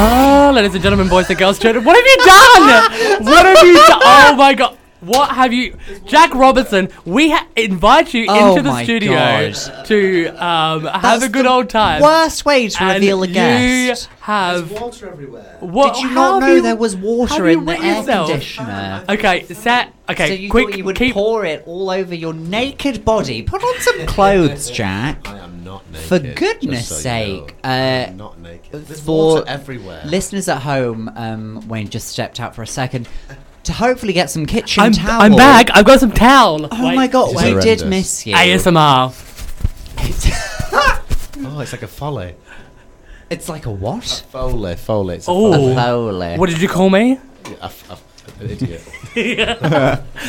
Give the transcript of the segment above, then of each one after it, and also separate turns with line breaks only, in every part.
Oh, ladies and gentlemen, boys and girls, children, what have you done? What have you done? Oh my god. What have you, Jack Robertson? We ha- invite you
Oh
into the
my
studio
God.
to um, have
That's
a good
the
old time.
Worst way to
And
reveal a guest.
You have
water everywhere.
what?
Did you
how have
not know
you-
there was
have
water
you
in the
wet
air
yourself?
conditioner?
Okay, set. Okay,
so you
quick.
thought you would
keep.
pour it all over your naked body. Put on some clothes, Jack.
I am not naked.
For
just
goodness
so you
sake,
know.
uh,
I'm not naked. There's
for
water everywhere.
Listeners at home, um, Wayne just stepped out for a second to hopefully get some kitchen
I'm,
towel.
I'm back. I've got some towel.
Oh my god,
This is
we did
horrendous.
miss you.
ASMR.
oh, it's like a folly.
it's like a what?
Foley, foley. It's a
Oh.
foley.
A foley.
What did you call me?
A f- a f- an idiot.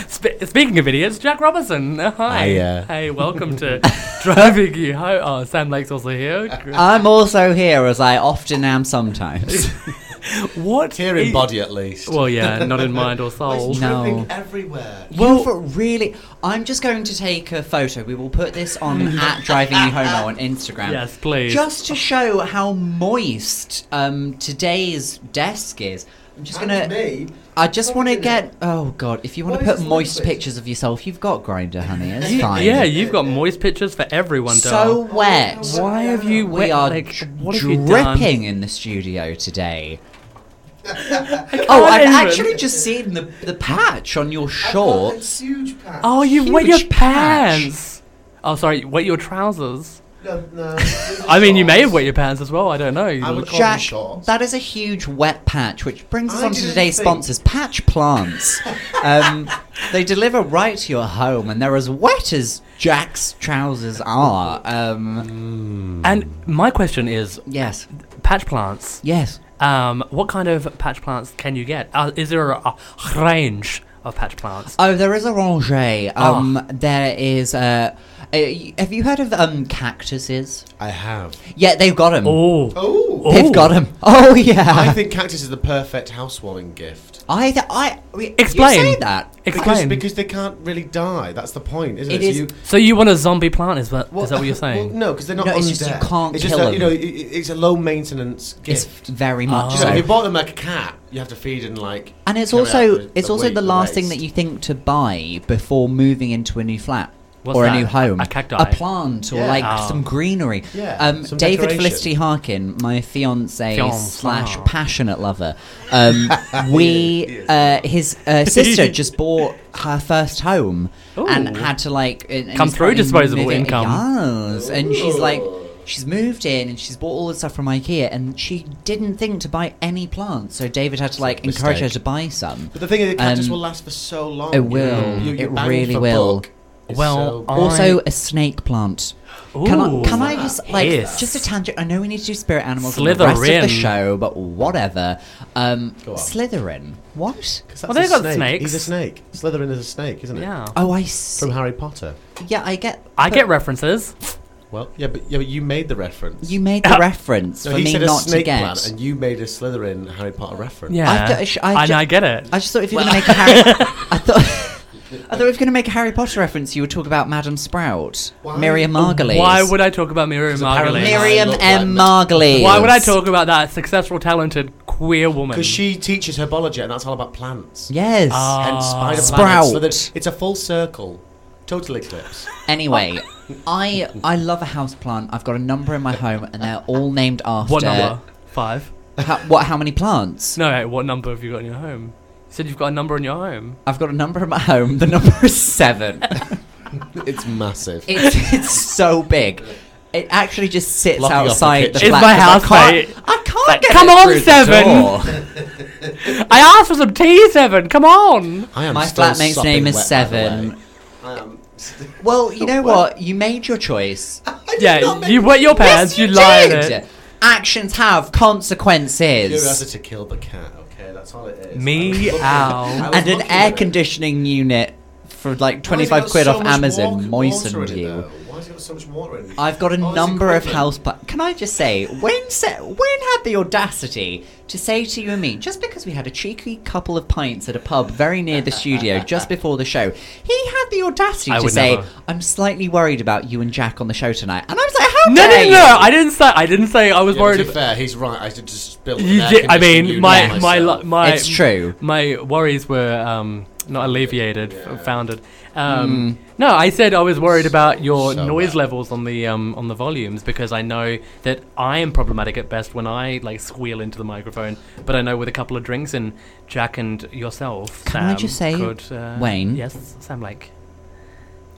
Sp- speaking of idiots, Jack Robertson. Uh, hi.
Hi, uh.
Hey, welcome to Driving You Home. Oh, Sam Lake's also here.
I'm also here, as I often am sometimes.
What?
Here in
is-
body, at least.
Well, yeah, not in mind or
Oh,
soul.
it's
No.
dripping everywhere.
Well, really, I'm just going to take a photo. We will put this on at driving you homo on Instagram.
Yes, please.
Just to show how moist um, today's desk is. I'm just
And
gonna.
me.
I just want to
Fucking
get. Oh god, if you want to
Why is
put
this
moist
liquid?
pictures of yourself, you've got grinder, honey. It's
You-
fine.
yeah, you've got moist pictures for everyone,
so
darling.
wet.
Why have you
We
wet?
are
like,
dr-
what have you done?
dripping in the studio today. oh, I've
even.
actually just seen the the patch on your shorts.
It's huge patch.
Oh, you wet your
Huge patch.
pants. Oh, sorry, wet your trousers.
No, no.
I mean, you may have wet your pants as well. I don't know. You
I would
look-
call them
Jack,
shorts.
that is a huge wet patch, which brings us
I
on to
didn't
today's
think-
sponsors, Patch Plants. um, they deliver right to your home, and they're as wet as Jack's trousers are. Um,
And my question is,
yes,
patch plants.
yes.
Um, what kind of patch plants can you get? Uh, is there a, a range of patch plants?
Oh, there is a rangée. Um,
Ah.
There is Uh, uh, y- have you heard of um, cactuses?
I have.
Yeah, they've got them.
oh,
Oh.
They've got them. Oh yeah.
I think cactus is the perfect housewarming gift.
I, th- I we-
Explain.
You say that.
Because,
explain.
because they can't really die. That's the point, isn't
It
it?
is-
So you,
so you want a zombie plant? Is that, is that what you're
Well,
saying?
no, because they're not.
No, it's
undead.
just you can't
It's just
kill
that, You know,
them.
i i- it's a low maintenance
It's
gift.
very much
Oh.
You know, if you
so.
bought them like a cat, you have to feed and like.
And it's
carry
also
out
it's also
weight
the
and
last thing
waste.
that you think to buy before moving into a new flat
What's
or
that?
a new home,
A cacti?
plant, or
Yeah.
like
Oh.
some greenery.
Yeah,
um,
some
David
decoration.
Felicity Harkin, my fiance
Fiance.
slash passionate lover, um, we uh, his uh, sister just bought her first home and
Ooh.
had to like and- and
Come
he's
through
trying to
disposable
move it-
income.
Yes, and she's like.
Ooh.
She's moved in and she's bought all the stuff from IKEA, and she didn't think to buy any plants. So David had to like encourage her
Mistake.
to buy some.
But the thing is, the cactus
Um,
will last for so long.
it
you
will.
know, you-
It
you're bang
really
for
will.
buck. It's
Well, uh,
so-
I-
Also, a snake plant. Can
Ooh.
I, can I just like
Yes.
just a tangent? I know we need to do spirit animals on the rest of the
Slytherin.
show, but whatever. Um,
Go on.
Slytherin. What?
'Cause
Well,
that's
they've
a
got
snake. He's a
snakes.
snake. Slytherin is a snake, isn't it?
Yeah.
Oh, I see.
From Harry Potter.
yeah, I get.
I
but
get references.
Well, yeah, but yeah, but you made the reference.
You made the reference
no,
for
he
me
said
not
a snake
to get.
plant, and you made a Slytherin Harry Potter reference.
Yeah.
thought- sh- I
and
ju-
I get it.
I just thought if you're gonna make a Harry, I thought. I thought if you're going to make a Harry Potter reference, you would talk about Madame Sprout,
Why?
Miriam Margolyes.
Why would I talk about Miriam
apparently-
Margolyes?
Miriam
Miriam
look like
M.
Ma-
Margolyes?
Why would I talk about that successful, talented queer woman?
Because she teaches herbology, and that's all about plants.
Yes.
Ah.
Hence, spider
Sprout.
planet. Slytherin. It's a full circle. Total eclipse.
Anyway, I I love a house plant. I've got a number in my home, and they're all named after
What number? Five.
How, what? How many plants?
No, hey, what number have you got in your home? You said you've got a number in your home.
I've got a number in my home. The number is seven.
it's massive.
It's it's so big. It actually just sits
Locking off the
outside the,
kitchen.
It's
flat.
my
'cause
house,
I can't,
mate.
I can't
Like,
get
come
it
on,
through the
seven.
door.
I asked for some tea, Seven. Come on.
I am
My
still
flatmate's
sopping
name is
wet, by the
Seven.
way. I am.
Well, you know what? You made your choice.
Yeah, you wet your pants.
yes, you,
lied.
did.
it.
Actions have consequences.
Curiosity killed the cat. Okay, that's all it is.
Me
I was
ow.
looking- I was
And an
looking
air
at it.
conditioning unit for like
Why has it
25
got
quid
so
off
much
Amazon
walk- water in
moistened
it,
you.
though? Why has it got so much water in it.
I've got a
Oh, it's
number of
equipment.
house plants. Can I just say, Wayne said, Wayne had the audacity to say to you and me, just because we had a cheeky couple of pints at a pub very near the studio just before the show, he had the audacity
I
to
would
say,
never.
"I'm slightly worried about you and Jack on the show tonight," and I was like, "How
No,
dare
no,
you?"
no! I didn't say. I didn't say I was
Yeah,
worried.
to be
ab-
fair, he's right. I should just spill.
You
air
did- I
conditioning
mean,
unit
my
on
my lo-
myself.
my
It's true.
My worries were um, not alleviated,
Yeah.
f founded. Um,
Hmm.
No, I said I was worried about your
So
noise
bad.
levels on the um, on the volumes because I know that I am problematic at best when I like squeal into the microphone. But I know with a couple of drinks and Jack and yourself,
Can I
Sam,
just say,
could, uh,
Wayne?
Yes, Sam. Like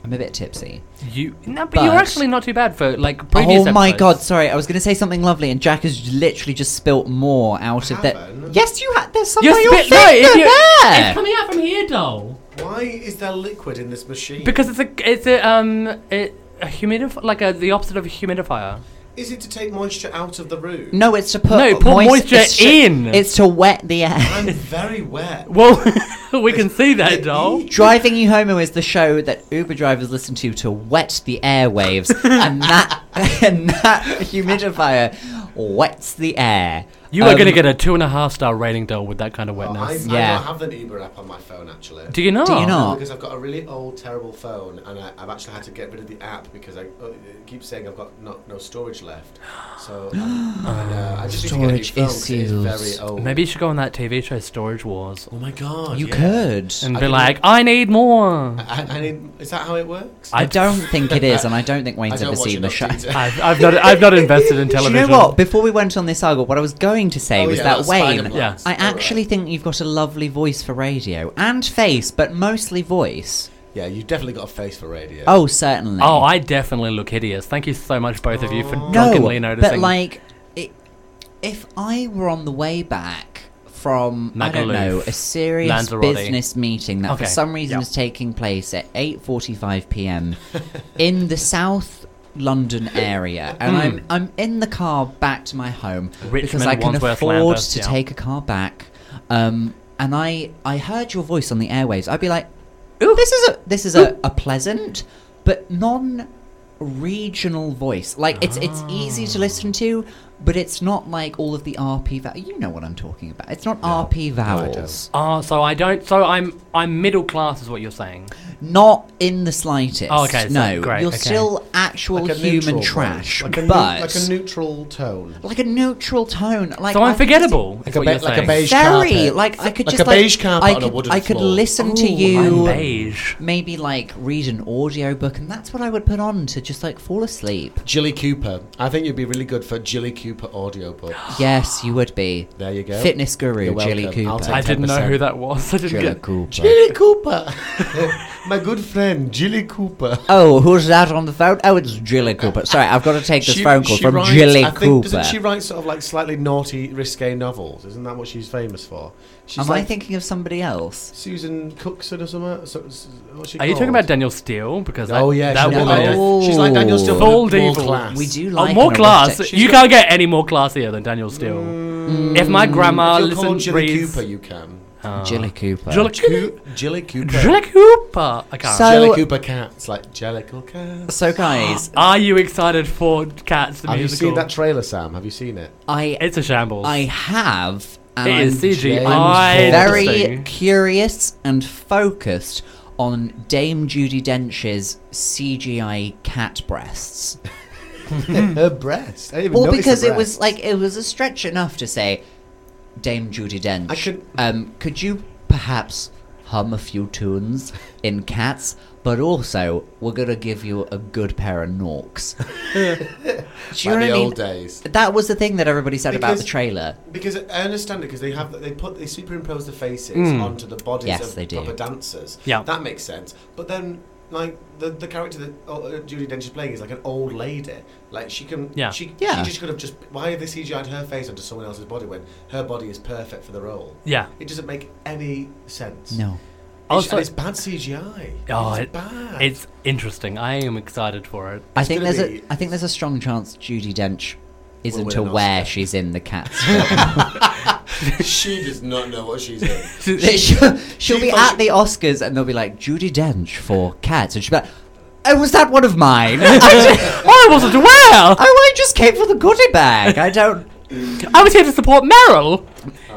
I'm a bit tipsy.
you, no, but,
But-
you're actually not too bad for like
Oh
previous.
my
episodes.
god! Sorry, I was going to say something lovely, and Jack has literally just spilt more out
I
of that.
haven't.
Yes, you had. There's some
You're
on your
spit- no, if
finger
you-
there.
It's coming out from here, doll.
Why is there liquid in this machine?
Because it's a it's a um it, a humidif like a, the opposite of a humidifier.
is it to take moisture out of the room?
No, it's to put
No, put moisture
it's to-
in.
It's to wet the air.
I'm very wet.
Well, we can see that doll.
Driving You Homo is the show that Uber drivers listen to to wet the airwaves, and that and that humidifier wets the air.
You are
Um,
going to get a two and a half star rating doll with that kind of
Well, I,
wetness.
I
Yeah.
don't have the Uber app on my phone actually.
do you not?
you not? Oh.
Because I've got a really old, terrible phone, and I, I've actually had to get rid of the app because I uh, it keeps saying I've got not, no storage left. So um, and, uh, I just need to
Storage
get a new phone 'cause it is
issues.
very old.
Maybe you should go on that TV show Storage Wars
Oh my god!
You
yeah.
could.
and
I
be
didn't-
like, I need more.
I, I need, is that how it works?
I don't think it is, and I don't think Wayne's
don't
ever
watch
seen the
enough
show.
detail.
I've, I've not I've not invested in
Do you
television.
know what? Before we went on this argument, what I was going to say
Oh,
was
yeah,
that
that's Spider
Wayne,
Blocks.
I
All right.
actually think you've got a lovely voice for radio and face, but mostly voice.
Yeah, you've definitely got a face for radio.
Oh, certainly.
Oh, I definitely look hideous. Thank you so much, both of you, for drunkenly noticing.
Oh. But like, i if I were on the way back from I don't
Magaluf,
know a serious
Lanzarote.
business meeting that
Okay,
for some reason
yeah.
is taking place at eight forty-five p.m. in the South London area, and I'm I'm in the car back to my home because
Hmm. Richmond,
I can
Wandsworth,
afford
Lambeth,
to
yeah.
take a car back. Um, and I I heard your voice on the airwaves. I'd be like, Ooh. this is a this is a, a pleasant but non regional voice. Like it's it's easy to listen to, but it's not like all of the RP vowels. You know what I'm talking about. It's not RP
don't.
vowels.
oh, so I don't. So I'm I'm middle class, is what you're saying.
Not in the slightest.
Oh, okay, so-
no,
great,
you're
okay.
still actual
Like a neutral
human
one.
trash,
Like a, neu-
but
like a neutral tone.
like a neutral tone. Like
so
I
I'm
could just-
forgettable. is
Like a,
what
be-
you're
like a
saying.
beige
Very
carpet.
like I could
Like
just
a beige carpet
I
on
could,
a wooden
I could
floor.
listen to
Ooh, I'm
you
beige.
maybe like read an audiobook and that's what I would put on to just like fall asleep.
Jilly Cooper. I think you'd be really good for Jilly Cooper audiobook.
Yes, you would be.
There you go.
Fitness guru
You're
Jilly
welcome. I'll
Cooper.
I
take
didn't know
10%.
who that was. I didn't
Jilly
get.
Cooper.
Jilly Cooper. My good friend, Jilly Cooper.
Oh, who's that on the phone? Oh, it's Jilly Cooper. Sorry, I've got to take this
She-
phone call
she
from
writes-
Jilly
I think-
Cooper.
Doesn't she write sort of like slightly naughty, risque novels? Isn't that what she's famous for? She's
Am
like
Um, I thinking of somebody else?
Susan Cookson or something. So, so- what's she
Are you talking
called?
about Daniel Steele? Because that,
Oh yeah,
that
she's,
would
woman
like
be
is-
Daniel-
Daniel, she's like Daniel Steele, but
Bold
more
evil.
class.
We do
Oh,
like
more
an
class.
erotic-
You can't get any more classier than Daniel Steele.
Mm.
If my Mm. grandma
If you're called
listens,
Jilly
reads.
Cooper, you can.
Jilly Cooper.
Jilly
Coo- Jilly Cooper.
Jilly Cooper. I can't.
So-
Jelly Cooper cats, like Jellicle cats.
so, guys,
Are you excited for Cats the
Have you
musical?
seen that trailer, Sam? Have you seen it?
I
It's a shambles.
I have. And
it is
I'm
CGI.
James Bond.
very
Interesting.
curious and focused on Dame Judy Dench's CGI cat breasts.
Her breast. I didn't even
Well,
notice
because
the
it was
breast.
like it was a stretch enough to say, Dame Judy Dench,
I could-
um, could you perhaps hum a few tunes in Cats, but also we're gonna give you a good pair of norks. Do you
Like
know
the
what I mean?
old days.
That was the thing that everybody said about the
Because-
trailer.
Because I understand it because they have they put they superimpose the faces onto the bodies
Yes,
of
they do.
proper dancers.
Yeah.
that makes sense. But then, like the the character that uh, Judy Dench is playing is like an old lady. Like she can,
Yeah.
she,
Yeah.
she just could have just why have they CGI'd her face onto someone else's body when her body is perfect for the role?
yeah.
It doesn't make any sense.
No.
It's,
Also-
and it's bad CGI.
Oh,
it's
it-
bad.
It's interesting. I am excited for it.
I think
gonna
there's
be-
a I think there's a strong chance Judy Dench isn't
win an
aware
Oscar.
she's in the cats.
she does not know what she's in.
she'll, she'll
she
be
thought
at the Oscars and they'll be like Judy Dench for cats and she'll be like Oh, was that one of mine? I, ju-
I wasn't aware.
oh, I just came for the goodie bag. I don't.
I was here to support Meryl.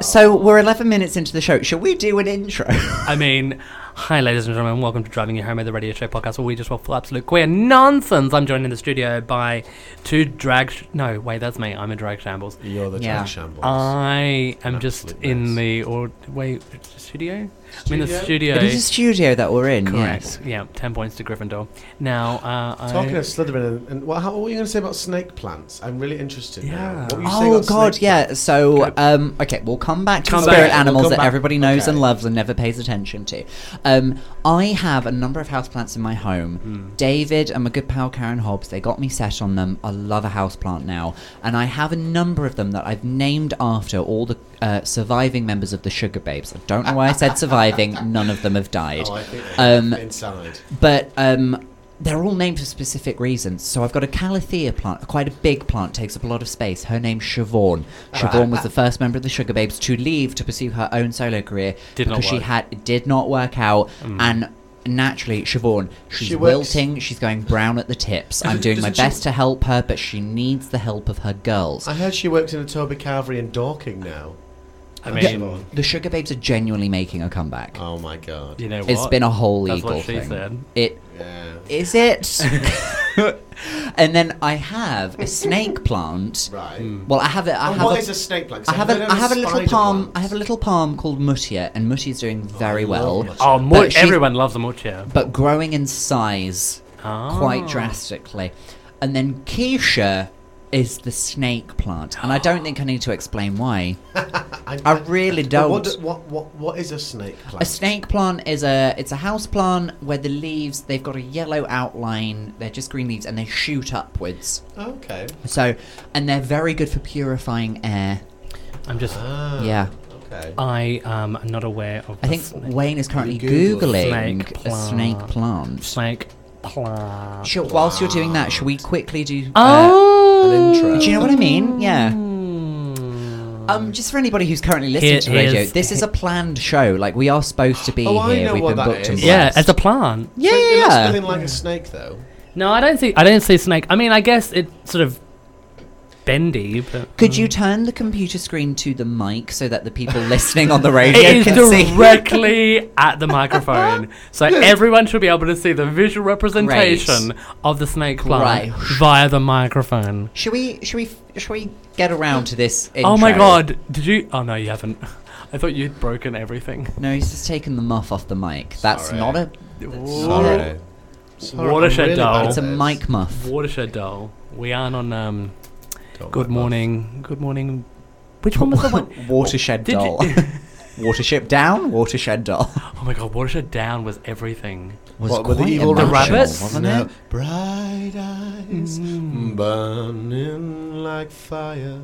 So we're 11 minutes into the show. Shall we do an intro?
I mean, hi, ladies and gentlemen. Welcome to Driving You Home, the radio show podcast where we just waffle absolute queer nonsense. I'm joined in the studio by two drag. Sh- no, wait, that's me. I'm a drag shambles.
You're the
Yeah. Um,
yeah. shambles.
I am
An
just
absolute
in
mess.
the or wait studio. I'm in the
Studio?
studio.
it is a studio that we're in.
Correct.
Yes.
Yeah, ten points to Gryffindor. Now, uh,
Talking
I,
of Slytherin, and, and what, how, what were you going to say about snake plants? I'm really interested.
Yeah.
Now. What were you saying
Oh
about
God,
snake
yeah. So,
Good.
um, okay, we'll come back to
Come
spirit
back. We'll
animals
come
that
back.
everybody knows and
Okay.
loves and never pays attention to. Um, I have a number of houseplants in my home.
Hmm.
David and my good pal Karen Hobbs, they got me set on them. I love a houseplant now, and I have a number of them that I've named after all the uh, surviving members of the Sugar Babes. I don't know why I said surviving. None of them have died.
plants? Oh, I think
Um,
inside.
But um, they're all named for specific reasons. So I've got a Calathea plant, quite a big plant, takes up a lot of space. Her name's Siobhan. Siobhan was the first member of the Sugar Babes to leave to pursue her own solo career
Did not
because she
work. Mm.
had it did not work out and. Naturally, Siobhan, she's
She works-
wilting, she's going brown at the tips. I'm doing my
Doesn't she-
best to help her, but she needs the help of her girls.
I heard she works in a Toby Carvery in Dorking now.
I
Yeah.
mean,
The Sugar Babes are genuinely making a comeback.
Oh my god.
you know, what?
it's been a whole
That's
legal
what she
thing.
said.
It
Yeah.
Is it? and then I have a snake plant.
Right.
Well, I have it. I
And
have
Oh, what
a-
is a snake plant? 'Cause
I have
heard
a, I
of
have a little
spider
palm.
plants.
I have a little palm called Mutia, and Mutia's doing very
I
well,
love Mutia.
Oh, Mort-
she-
everyone loves a Ah, Mortier.
but growing in size
Ah.
quite drastically. And then Keisha is the snake plant, and I don't think I need to explain why.
I,
I really
But What,
don't.
do- what, what, what is a snake plant?
A snake plant is a it's a house plant where the leaves they've got a yellow outline. They're just green leaves, and they shoot upwards.
Okay.
So, and they're very good for purifying air.
I'm just.
Ah,
Yeah. Uh,
Okay.
I um, am not aware of.
I
the
think
snake,
Wayne is currently
Google
googling
snake
a
plant.
snake plant.
snake plant.
Shall- whilst you're doing that, should we quickly do? uh,
oh,
an intro.
do you know what I mean? Yeah.
Mm.
Um, just for anybody who's currently listening
Here
to the radio,
is-
this is a planned show. Like we are supposed to be
Oh, I
here.
know
We've been
what that
booked and
is.
yeah,
blessed.
as a plant.
yeah,
so It looks
yeah,
nothing
yeah.
like a snake, though.
No, I don't see. I don't see snake. I mean, I guess it's sort of bendy, but
Could you turn the computer screen to the mic so that the people listening on the radio
it is
can see?
directly at the microphone, so everyone should be able to see the visual representation of the snake plant
Right.
via the microphone.
Should we? Should we? Should we get around to this?
Oh my
intro?
god! Did you? Oh no, you haven't. I thought you'd broken everything.
No, he's just taken the muff off the mic. That's
Sorry.
not a.
Sorry. Sorry,
Watershed
I'm really
doll.
bad at
It's a
this.
mic muff.
Watershed doll. We aren't on. Um,
Don't
good
worry.
morning. Good morning. Which one was the one?
Watershed
Did
doll.
you?
Watership down. Watershed doll.
Oh my god! Watershed down was everything.
Was
What, with the
quite
evil
emotional,
rabbits?
wasn't
No.
it?
Bright eyes Mm. burning like fire.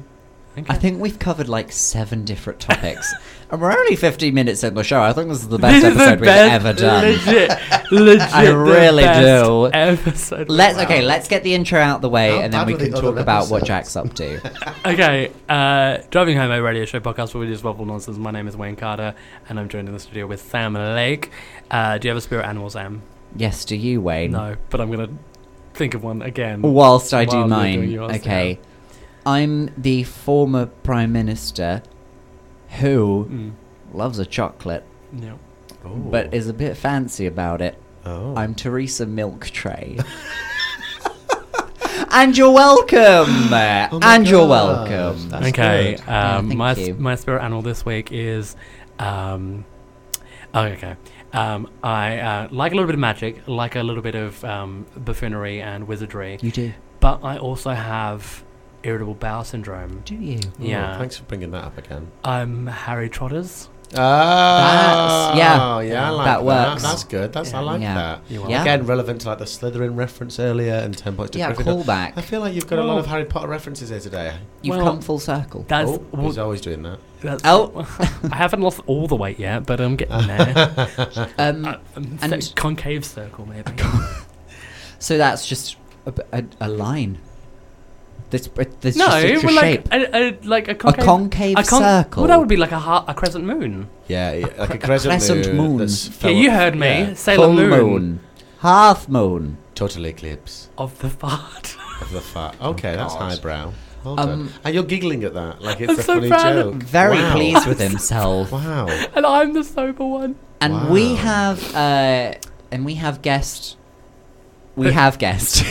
I think we've covered like seven different topics, and we're only 15 minutes in the show. I think this is the best episode we've ever done.
Legit, legit.
I
the
really
best
do.
Episode.
Let's okay. Let's get the intro out the way,
How
and then
bad
we
were the
can
other
talk about what
episodes?
Jack's up to.
Okay. Uh, Driving home, a radio show podcast where we just waffle nonsense. My name is Wayne Carter, and I'm joined in the studio with Sam Lake. Uh, do you have a spirit animal, Sam?
yes, do you, Wayne?
No, but I'm gonna think of one again.
Whilst I do
While you're doing
mine,
yours,
okay. I'm the former prime minister who
Mm,
loves a chocolate,
no.
Oh.
but is a bit fancy about it.
oh.
I'm Teresa Milk Tray. and you're welcome.
Oh my
and you're
gosh,
welcome.
that's
okay.
good.
Yeah,
Um,
thank
my
you.
my spirit animal this week is, um, oh, okay. Um, I uh, like a little bit of magic, like a little bit of um, buffoonery and wizardry,
You do.
but I also have irritable bowel syndrome.
Do you?
Oh,
yeah.
Thanks for bringing that up again.
I'm Harry Trotters.
Ah,
yeah.
yeah, I like
That
that.
works.
That's good. That's I
Yeah.
like
Yeah.
that.
You
Yeah.
Again, relevant to like the Slytherin reference earlier and ten points to
Yeah,
Gryffindor. I
callback.
feel like you've got a
Well-
lot of Harry Potter references here today.
You've
Well,
come full circle.
That's,
oh,
well,
he's always doing that.
that's
Oh.
I haven't lost all the weight yet, but I'm getting there.
Um,
Uh, um,
And-
so- concave circle, maybe.
so that's just a, a, a line. There's, there's
no,
just such a
well, like
shape.
a, a, like a concave.
a concave
a con-
circle.
Well, that would be like a, ha- a crescent moon.
Yeah, yeah like
cre-
a
a
crescent,
crescent moon.
that's
Yeah,
fell-
you heard me.
yeah.
Sailor
full
moon.
moon, half moon,
Total eclipse
of the fart.
of the fat.
Oh,
Okay, that's
God.
highbrow. Well
Um,
done. And you're giggling at that like it's
I'm
a
so
funny
proud
joke.
of-
Very
Oh, Wow.
pleased with himself.
Wow.
and I'm the sober one.
And we
Wow.
have uh, and we have guest. We have guest.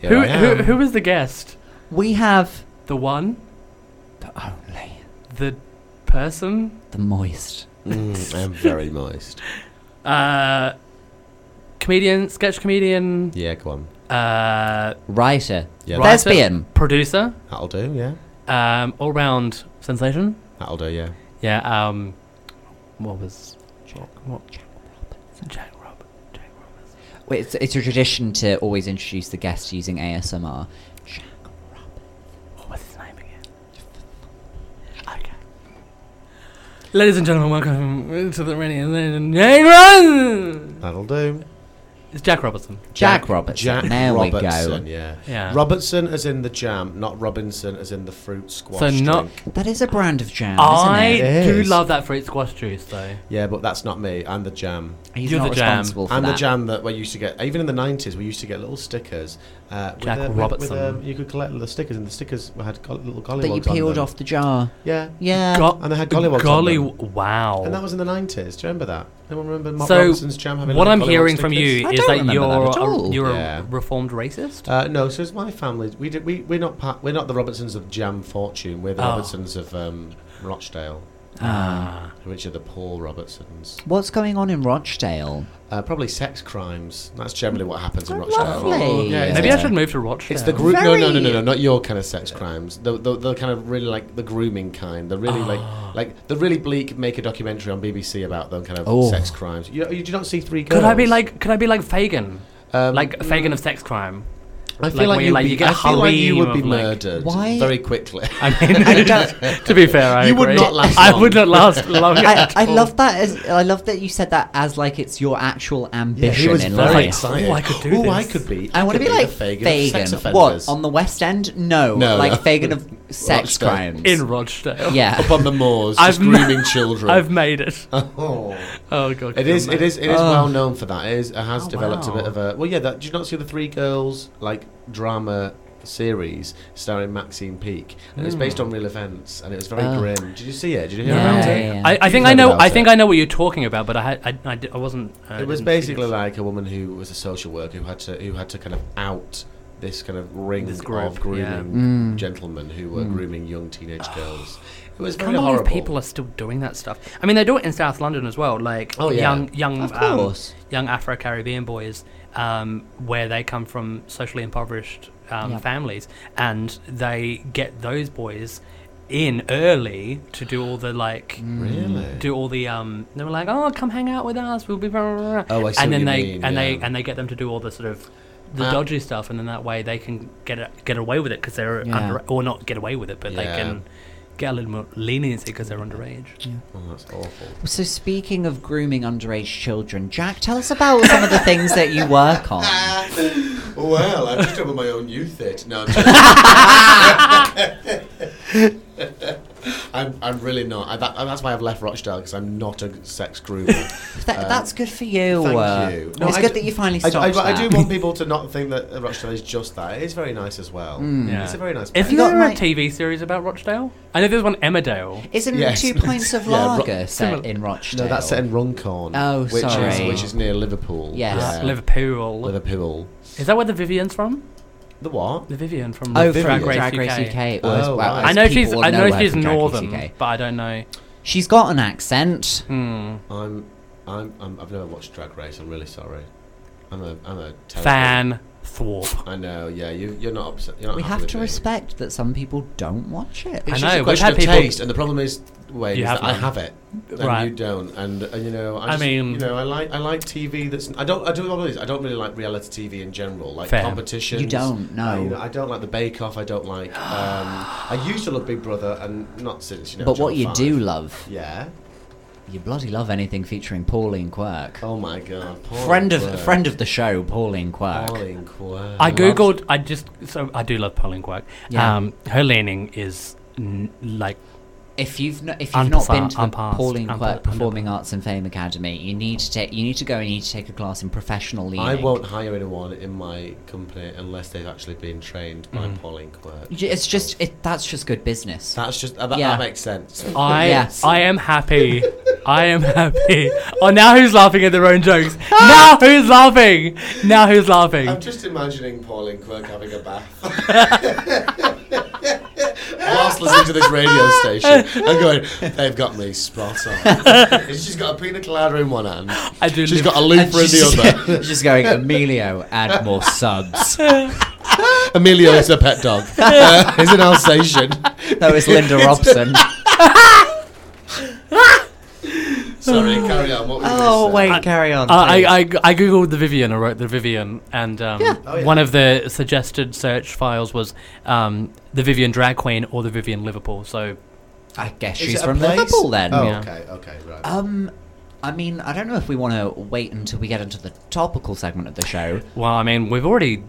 Here
who,
I
who
am.
who is the guest?
we have
The one,
the only,
the person,
the moist.
Mm, I'm very moist.
uh, comedian, sketch comedian,
Yeah, go on.
uh,
Writer.
Yeah,
Right.
Thespian.
producer,
that'll do. Yeah,
um, all round sensation.
that'll do. Yeah.
Yeah. Um, what was what, what- Jack Rob. Jack Roberts.
Wait, It's, it's a tradition to always introduce the guest using ASMR.
What was his name again? Okay. Ladies and gentlemen, welcome to the Rennie and Jack Run.
That'll do.
It's Jack Robertson.
Jack, Robertson.
Jack
there
Robertson,
we
Yeah.
Yeah.
Robertson as in the jam, not Robinson as in the fruit squash.
So not-
drink.
go. That is a brand of jam,
I
isn't it?
It
do
is.
love that fruit squash juice though.
Yeah, but that's not me. I'm the jam.
He's
You're
not
the jam.
responsible for
I'm
that.
the jam that we used to get. Even in the '90s, we used to get little stickers. Uh, with
Jack
a- with-
Robertson.
With, um, you could collect little stickers, and the stickers had go- little gollywogs
That you
on
peeled
them.
off the jar.
Yeah,
Yeah.
Go-
and they had gollywogs on
golly,
them.
wow.
and that was in the '90s. Do you remember that? No one remember Mark
So,
Robertson's jam having
what I'm
little gollywog
hearing from
stickers?
you
I
is
don't
that
remember
you're
that at
a,
all.
you're
Yeah.
a reformed racist.
Uh, no, so it's my family. We did, we we're not part, we're not the Robertsons of Jam Fortune. We're the
Oh.
Robertsons of um, Rochdale,
Ah.
which are the Paul Robertsons.
What's going on in Rochdale?
Uh, probably sex crimes. That's generally what happens in
Oh,
Rochdale.
lovely.
Yeah, it's
Maybe
the-
I should move to Rochdale.
It's the group. No, no, no, no, no,
Very-
not your kind of sex crimes. The, the the kind of really like the grooming kind. The really
Ah.
like like the really bleak. Make a documentary on BBC about them kind of
Oh.
sex crimes. You, you do not see three girls.
Could I be like? Could I be like Fagin?
Um,
Like Fagin of sex crime.
I
like
feel like,
where you,
you'd
like,
be,
you get
I feel like you would
Halloween
be
of, like-
murdered
Why-
very quickly.
I mean, to be fair, I
You would
agree.
not last
I
long.
would not last long.
I,
at
I
all.
love that. As, I love that you said that as like it's your actual
Yeah,
ambition
he was
in
very
life.
excited.
"Ooh, I could do
Ooh, I
this."
could be.
I want to
could
be like
the
Fagin.
Fagin. of sex
What
offenders.
on the West End? No,
No,
like
no.
Fagin of sex
Rochdale.
crimes.
in Rochdale.
yeah,
up on the moors,
I've
just
ma-
grooming children.
I've made it.
oh.
Oh god,
It is, it is, it is
Oh.
well known for that. It, is, it has
Oh,
developed a
wow.
bit of a. Well, yeah. That, do you not see the Three Girls like drama series starring Maxine Peake, and it's based on real events, and it was very
Oh.
grim. Did you see it? Did you hear
Yeah,
about
yeah,
it?
yeah.
I, I think
You've
I
heard
know.
about
I think
it.
I know what you're talking about, but I had, I, I, di- I wasn't. uh,
it
didn't
was
see
basically like a woman who was a social worker who had to who had to kind of out this kind of ring
This group,
of grooming
yeah. Mm.
gentlemen who were grooming young teenage girls. It was
I
very
can't believe
horrible.
people are still doing that stuff. I mean, they do it in South London as well. Like
Oh, yeah.
young, young,
Of
um,
course.
young Afro Caribbean boys, um, where they come from socially impoverished um,
Yeah.
families, and they get those boys in early to do all the like.
Mm. really.
do all the um they were like oh come hang out with us we'll be blah, blah, blah."
Oh, I see
and
what
then
you
they
mean,
and they
yeah.
and they get them to do all the sort of the
Uh,
dodgy stuff and then that way they can get a, get away with it because they're
Yeah.
under or not get away with it but they
Yeah.
can get a little more leniency because they're underage
Oh, that's awful.
So speaking of grooming underage children, Jack, tell us about some of the things that you work on.
well, I've just done my own youth it. No, I'm, I'm, I'm really not. I, that, that's why I've left Rochdale because I'm not a sex groomer.
That,
Um,
that's good for you.
Thank
uh,
you. No,
it's
I
good
d-
that you finally
I, do-
stopped
I, do- I
that.
do want people to not think that Rochdale is just that. It is very nice as well.
Hmm.
It's a very nice place.
Isn't
got
there
my-
a TV series about Rochdale? I know there's one Emmerdale.
Isn't
Yes.
two pints of
Yeah, ro-
lager set
similar-
in Rochdale?
no, that's set in Runcorn.
Oh,
which Is,
sorry.
which is near Liverpool.
Yes.
Uh,
Yeah.
Liverpool.
Liverpool.
Is that where the Vivian's from?
The what?
The Vivian from Drag,
Oh, from
Vivian.
Race,
Drag Race
UK.
UK. it was-
Oh,
well,
right.
it's
I know
people
she's
all
I know
nowhere
she's
from Drag Race
northern,
UK.
but I don't know.
She's got an accent.
Hmm.
I'm, I'm, I'm, I've never watched Drag Race. I'm really sorry. I'm a, I'm a terrible-
Fan thwarp.
I know. Yeah, you, you're not upset. You're not
We
happy
have
with
to
me.
respect that some people don't watch it.
I
It's
know,
just a
we've
question
had
of
people-
taste, and the problem is, Wayne,
You
is
have
that I
none.
have it, and
Right.
you don't, and, and you know, I,
I
just-
mean-
you know, I like I like TV that's I don't I do all these I don't really like reality TV in general, like
Fair.
competitions.
You don't, no.
I, you know, I don't like the Bake Off. I don't like. Um, I used to love Big Brother, and not since you know.
but what
Channel
you
five.
do love,
Yeah.
you bloody love anything featuring Pauline Quirk.
Oh my God. Paul
friend of
Quirk.
friend of the show, Pauline Quirk.
Pauline Quirk.
I
Love-
googled. I just so I do love Pauline Quirk.
Yeah.
Um, her leaning is n- like
if you've no, if you've
I'm
not
sorry,
been to
I'm
the
past,
Pauline
I'm
Quirk
past, I'm
Performing Arts and Fame Academy, you need to take you need to go and you need to take a class in professional leaning.
I won't hire anyone in my company unless they've actually been trained by
Mhm.
Pauline Quirk.
You ju- It's just it, that's just good business.
That's just uh, that,
Yeah.
that makes sense.
I
Yes.
I am happy. I am happy. Oh, now who's laughing at their own jokes? now who's laughing? Now who's laughing?
I'm just imagining Pauline Quirk having a bath. Whilst listening to this radio station and going, they've got me spot on. she's got a pina colada in one hand,
I do.
she's
live-
got a looper in the other.
just going, Emilio, add more subs.
Uh,
Emilio is a pet dog. Uh, he's an Alsatian.
That was Linda Robson.
Sorry, carry on. What were you gonna
oh
say?
wait,
I-
carry on.
I,
please.
I, I googled the Vivian. I wrote the Vivian, and um,
Yeah.
Oh, yeah.
one of the suggested search files was um, the Vivian drag queen or the Vivian Liverpool. So
I guess
Is
she's
it a
from
place?
Liverpool then.
Oh,
Yeah.
okay, okay, right.
Um, I mean, I don't know if we want to wait until we get into the topical segment of the show.
well, I mean, we've already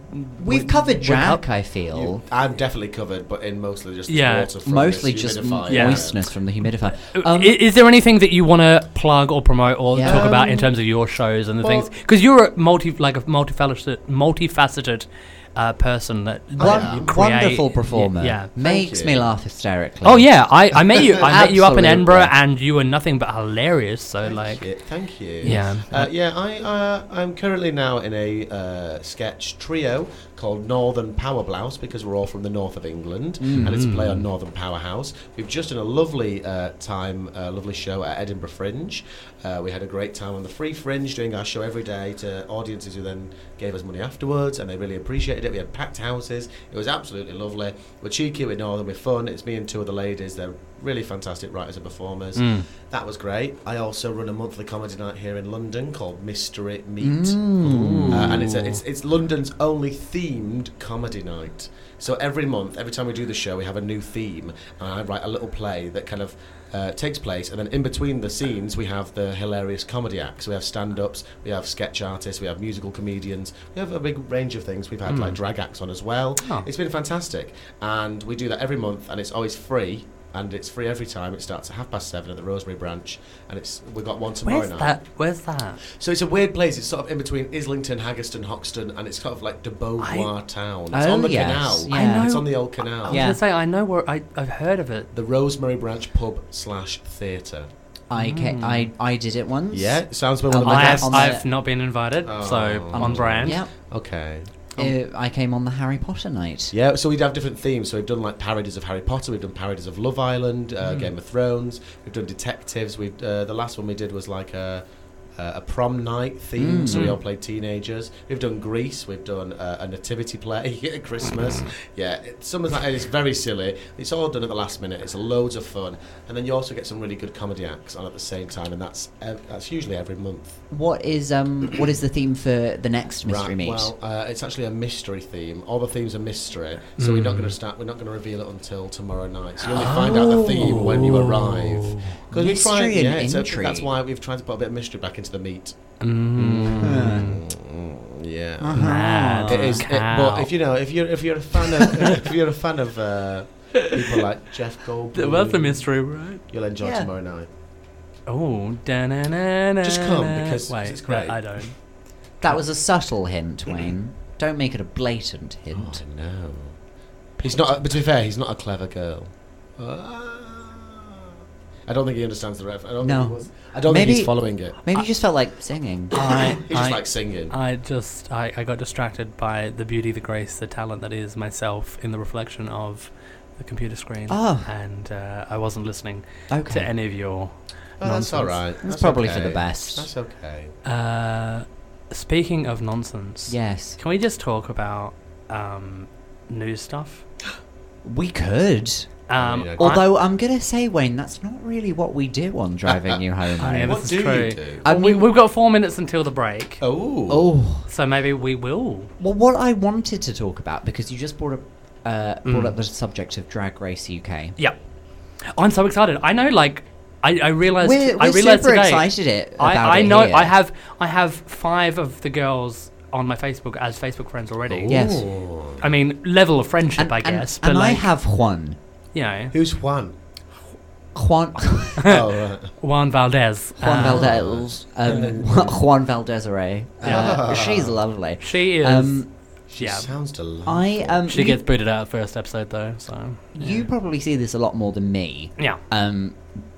We've covered Jack, I
You-
feel.
I'm definitely covered, but in mostly just
Yeah.
water from
Mostly
this
just
humidifier.
Yeah. Uh,
moistness from the humidifier.
I
Um,
is, there anything that you want to plug or promote or
Yeah.
talk about in
Um,
terms of your shows and the
well-
things? Because you're a multi like a multifaceted, multifaceted uh, person that
Won-
that you
yeah.
create-
Wonderful performer.
Yeah.
Makes
you.
me laugh hysterically.
Oh yeah, I, I met you. I met you up in
Absolutely.
Edinburgh, and you were nothing but hilarious. So
Thank
like,
you, thank you.
Yeah.
uh, yeah. I uh, I'm currently now in a uh, sketch trio called Northern Power Blouse because we're all from the north of England, and
Mm-hmm.
it's a play on Northern Powerhouse. We've just done a lovely uh, time, a lovely show at Edinburgh Fringe. Uh, we had a great time on the Free Fringe doing our show every day to audiences who then gave us money afterwards, and they really appreciated it. We had packed houses. It was absolutely lovely. We're cheeky, we're northern, we're fun. It's me and two other ladies. They're really fantastic writers and performers.
Mm.
That was great. I also run a monthly comedy night here in London called Mystery Meat,
Mm.
uh, and it's, a, it's it's London's only themed comedy night. So every month, every time we do the show, we have a new theme, and I write a little play that kind of. Uh, takes place, and then in between the scenes, we have the hilarious comedy acts. We have stand ups, we have sketch artists, we have musical comedians, we have a big range of things. We've had
Mm.
like drag acts on as well.
Oh.
It's been fantastic, and we do that every month, and it's always free, and it's free every time. It starts at half past seven at the Rosemary Branch, and it's we've got one tomorrow
where's
night.
that? Where's that?
So it's a weird place. It's sort of in between Islington, Haggerston, Hoxton, and it's kind of like the Beauvoir town. It's
Oh,
on the
yes,
canal.
I yeah.
know-
It's on the old
I
canal.
Yeah.
was gonna say I know where I I've heard of it.
The Rosemary Branch Pub slash Theatre.
I, ca-
Mm.
I, I did it once.
Yeah, it sounds like
Oh,
one of
my
my
I
God.
have,
guests.
on the-
I've not been invited, so
Oh.
on brand.
Yeah.
Okay.
Um,
Uh, I came on the Harry Potter night.
Yeah, so we'd have different themes. So we've done like parodies of Harry Potter, we've done parodies of Love Island, uh, Game of Thrones, we've done detectives. We uh, the last one we did was like a a a prom night theme, so we all played teenagers. We've done Greece, we've done uh, a nativity play at Christmas. Yeah, it, some of that is very silly. It's all done at the last minute. It's loads of fun, and then you also get some really good comedy acts on at the same time, and that's ev- that's usually every month.
What is um what is the theme for the next mystery
Right,
meet?
Well, uh, it's actually a mystery theme. All the themes are mystery, so we're not going
Hmm.
to start. We're not going to reveal it until tomorrow night. So you only find out the theme when you arrive. 'Cause we've
Oh. Mystery
tried-
and
it's
intrigue.
that's why we've tried to put a bit of mystery back into the meat.
Oh.
Mm, yeah.
Ah.
Uh-huh. Mad
It is, it-
cow.
but if you know, if you're if you're a fan of if you're a fan of uh, people like Jeff Goldblum,
That's a mystery, right?
You'll enjoy
Yeah.
tomorrow night.
Oh,
Just come, because
Wait,
it's great.
no, I don't.
that was a subtle hint, Wayne. Don't make it a blatant hint.
no, he's not. A, but to be fair, he's not a clever girl. I don't think he understands the ref. I don't
No.
think he was. I don't
Maybe-
think he's following it.
Maybe you just felt like singing.
I,
He just
I-
likes singing.
I just I, I got distracted by the beauty, the grace, the talent that is myself in the reflection of the computer screen.
Oh.
And uh, I wasn't listening to
Okay.
any of your.
Oh, that's
nonsense.
all right.
That's probably for
okay.
the best.
That's okay.
Uh, speaking of nonsense,
Yes.
can we just talk about um, new stuff?
We could.
I
Um,
mean, I-
Although I'm gonna say, Wayne, that's not really what we do on driving you home.
I-
Mate.
this
what
is
do
true.
you do?
I
Well, we,
mean-
we've got four minutes until the break,
Oh.
Oh,
so maybe we will.
well, what I wanted to talk about because you just brought up uh, brought
Mm.
up the subject of Drag Race UK.
Yeah, I'm so excited. I know, like, I, I realized.
We're, we're
I realized
super
today.
excited it
I,
about
I
it
know.
here.
I have. I have five of the girls on my Facebook as Facebook friends already.
Yeah. yes.
Ooh.
I mean, level of friendship,
and,
I
and-
guess.
And,
but
I
like,
have Juan.
you know,
Who's Juan?
Juan
oh, right.
Juan Valdez.
Juan
Uh,
Valdez, um, Juan Valdesere.
Yeah.
Uh, she's lovely.
She is.
Um,
She
Yeah.
sounds delightful.
I um,
she
you-
gets booted out first episode though, so
You probably see this a lot more than me,
yeah,
um,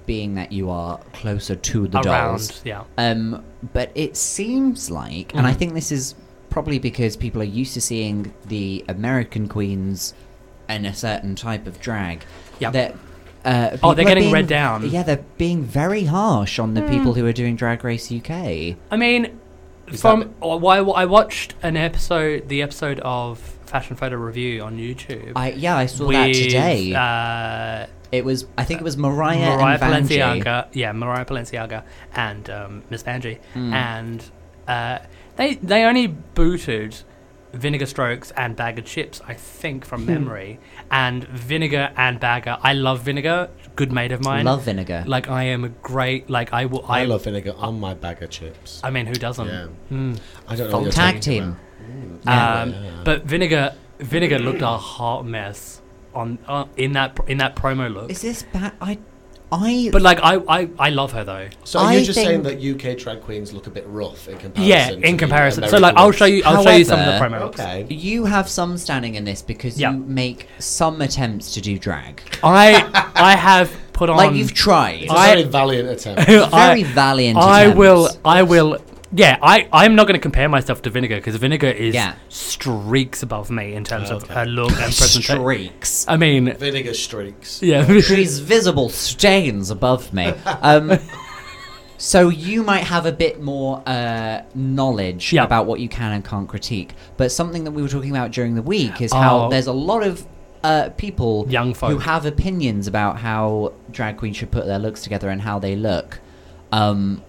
being that you are closer to the
around
dolls.
yeah.
Um, but it seems like, and I
Mhm.
think this is probably because people are used to seeing the American queens in a certain type of drag.
Yep.
That, uh,
Oh,
people
they're
are
getting
being-
read down.
Yeah, they're being very harsh on the people who are doing Drag Race UK.
I mean,
Is that
from oh, why I watched an episode, the episode of Fashion Photo Review on YouTube.
I yeah, I saw
with,
that today.
Uh,
it was I think it was Mariah,
Mariah
Oh,
uh,
and Vanjie.
Balenciaga, yeah, Mariah Balenciaga and um, Miss Angie,
Hmm.
and uh, they they only booted Vinegar Strokes and Bag of Chips, I think, from
Hmm.
memory. And Vinegar and Bagger, I love Vinegar, good mate of mine.
Love vinegar.
Like I am a great like I will
I love vinegar on my bag of chips.
I mean, who doesn't?
Yeah.
Mm.
I don't know.
Full
What you're
tag
talking
team.
about. Mm,
Yeah.
Um,
yeah.
But vinegar, vinegar looked a hot mess on uh, in that in that promo look.
Is this bad? I, I.
But like, I, I I love her though.
so are
I
you just saying that
think-
UK drag queens look a bit rough in comparison?
Yeah,
to
in
the
comparison. So
American
like, I'll
ones?
show you. I'll show you some of the
However-
promo looks.
Okay.
you have some standing in this because
Yeah.
you make some attempts to do drag.
I I have put on.
Like you've tried.
It's a
I-
very valiant attempt.
Very
I,
valiant.
I
attempts.
will. I will. Yeah, I, I'm not going to compare myself to Vinegar because Vinegar is
Yeah.
streaks above me in terms of
Okay.
her look and presentation.
Streaks.
I mean,
Vinegar streaks.
yeah,
She's visible stains above me. Um, so you might have a bit more uh, knowledge
Yeah.
about what you can and can't critique. But something that we were talking about during the week is how
Oh.
there's a lot of uh, people
Young
who
folk.
have opinions about how drag queens should put their looks together and how they look, um,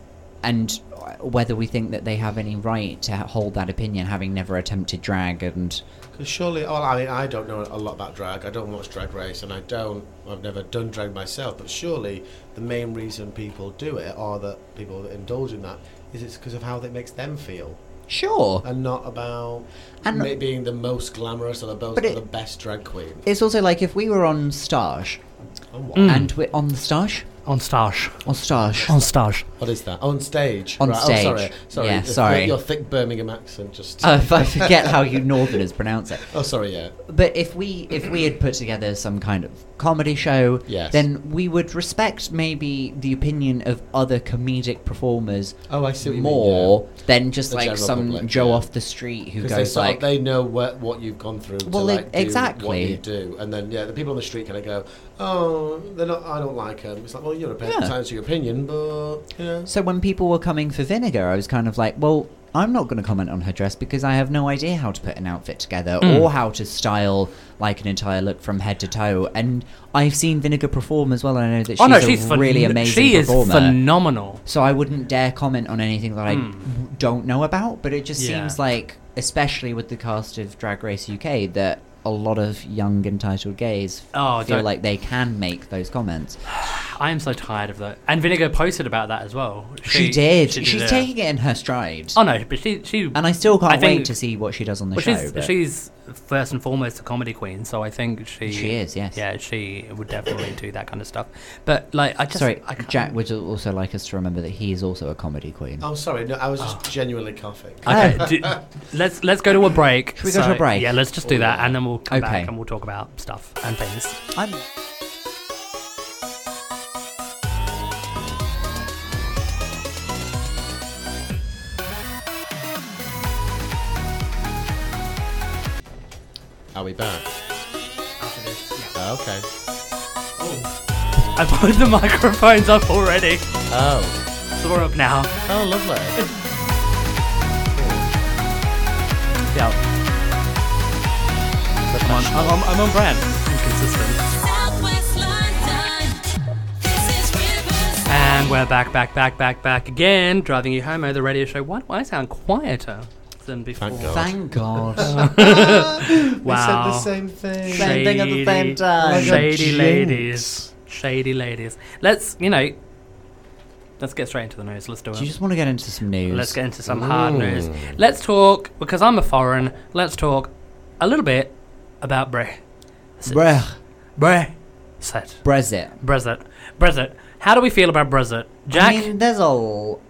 and whether we think that they have any right to hold that opinion, having never attempted drag and.
'Cause surely, well, I mean, I don't know a lot about drag. I don't watch Drag Race, and I don't. I've never done drag myself. But surely, the main reason people do it, or that people indulge in that, is it's because of how that makes them feel,
Sure.
and not about
And-
it being the most glamorous or the most
But it-
the best drag queen.
It's also like if we were on Stash
On
Mm.
what?
and we're on the Stash.
on stage,
On stage.
on stage.
What is that? On stage.
On
right.
stage.
Oh, sorry. Sorry.
Yeah,
Your thick-
sorry.
Your thick Birmingham accent just.
Uh, if I forget how you Northerners pronounce it.
oh, sorry. Yeah.
But if we if we had put together some kind of comedy show,
Yes.
then we would respect maybe the opinion of other comedic performers
Oh, I see what you mean,
more than just
The
like
general
some
public,
Joe
yeah.
off the street who
Because they
goes
sort
like,
of, they know what, what you've gone through
Well,
to
e-
like do what
exactly.
you do, and then yeah, the people on the street kind of go, "Oh, they're not. I don't like them." It's like, well, you're
Yeah.
entitled to your opinion, but you know,
So when people were coming for vinegar, I was kind of like, well, I'm not going to comment on her dress because I have no idea how to put an outfit together
Hmm.
or how to style like an entire look from head to toe. And I've seen vinegar perform as well, and I know that she's,
oh no,
a
she's phen-
really amazing
She is
performer.
phenomenal.
so I wouldn't dare comment on anything that I w- don't know about. But it just
Hmm. Yeah.
seems like, especially with the cast of Drag Race UK, that a lot of young entitled gays
Oh,
feel
don't-
like they can make those comments.
I am so tired of that. And Vinegar posted about that as well.
She, did.
she
she's
yeah.
taking it in her stride.
Oh no, but she she
And I still can't
I think-
wait to see what she does on the
well,
show.
she's
but-
she's first and foremost a comedy queen, so I think she
She is, yes.
yeah she would definitely do that kind of stuff. But like I just
Sorry,
I can't- Oh,
Jack would also like us to remember that he is also a comedy queen.
I'm Oh, sorry. No, I was
Ah.
just genuinely coughing.
Okay, do- let's let's go to a break.
Should we go to a break?
Yeah, let's just do that, and then we'll come
Okay.
back and we'll talk about stuff and things.
I'm-
Are we back?
After this,
Oh, okay.
I put the microphones up already,
Oh,
so we're up now.
oh, lovely.
Yeah, I'm on, I'm, on- I'm on brand. Consistent.
Southwest London. This is Riverside.
And we're back, back, back, back, back again. Driving you home, oh, the radio show. Why do I sound quieter than before?
Thank God.
Oh,
Thank God.
Wow.
same thing.
Same thing at the same
Shady-
time. Oh Like a
Shady
jinx.
ladies. Shady ladies. Let's, you know, let's get straight into the news. Let's do it.
Do you just want to get into some news?
Let's get into some hard news. Let's talk because I'm a foreign. Let's talk a little bit about Bre.
Bruh.
Bre. Set.
Brexit.
Brexit. Brexit. How do we feel about Brexit? Jack?
I mean, there's a. L-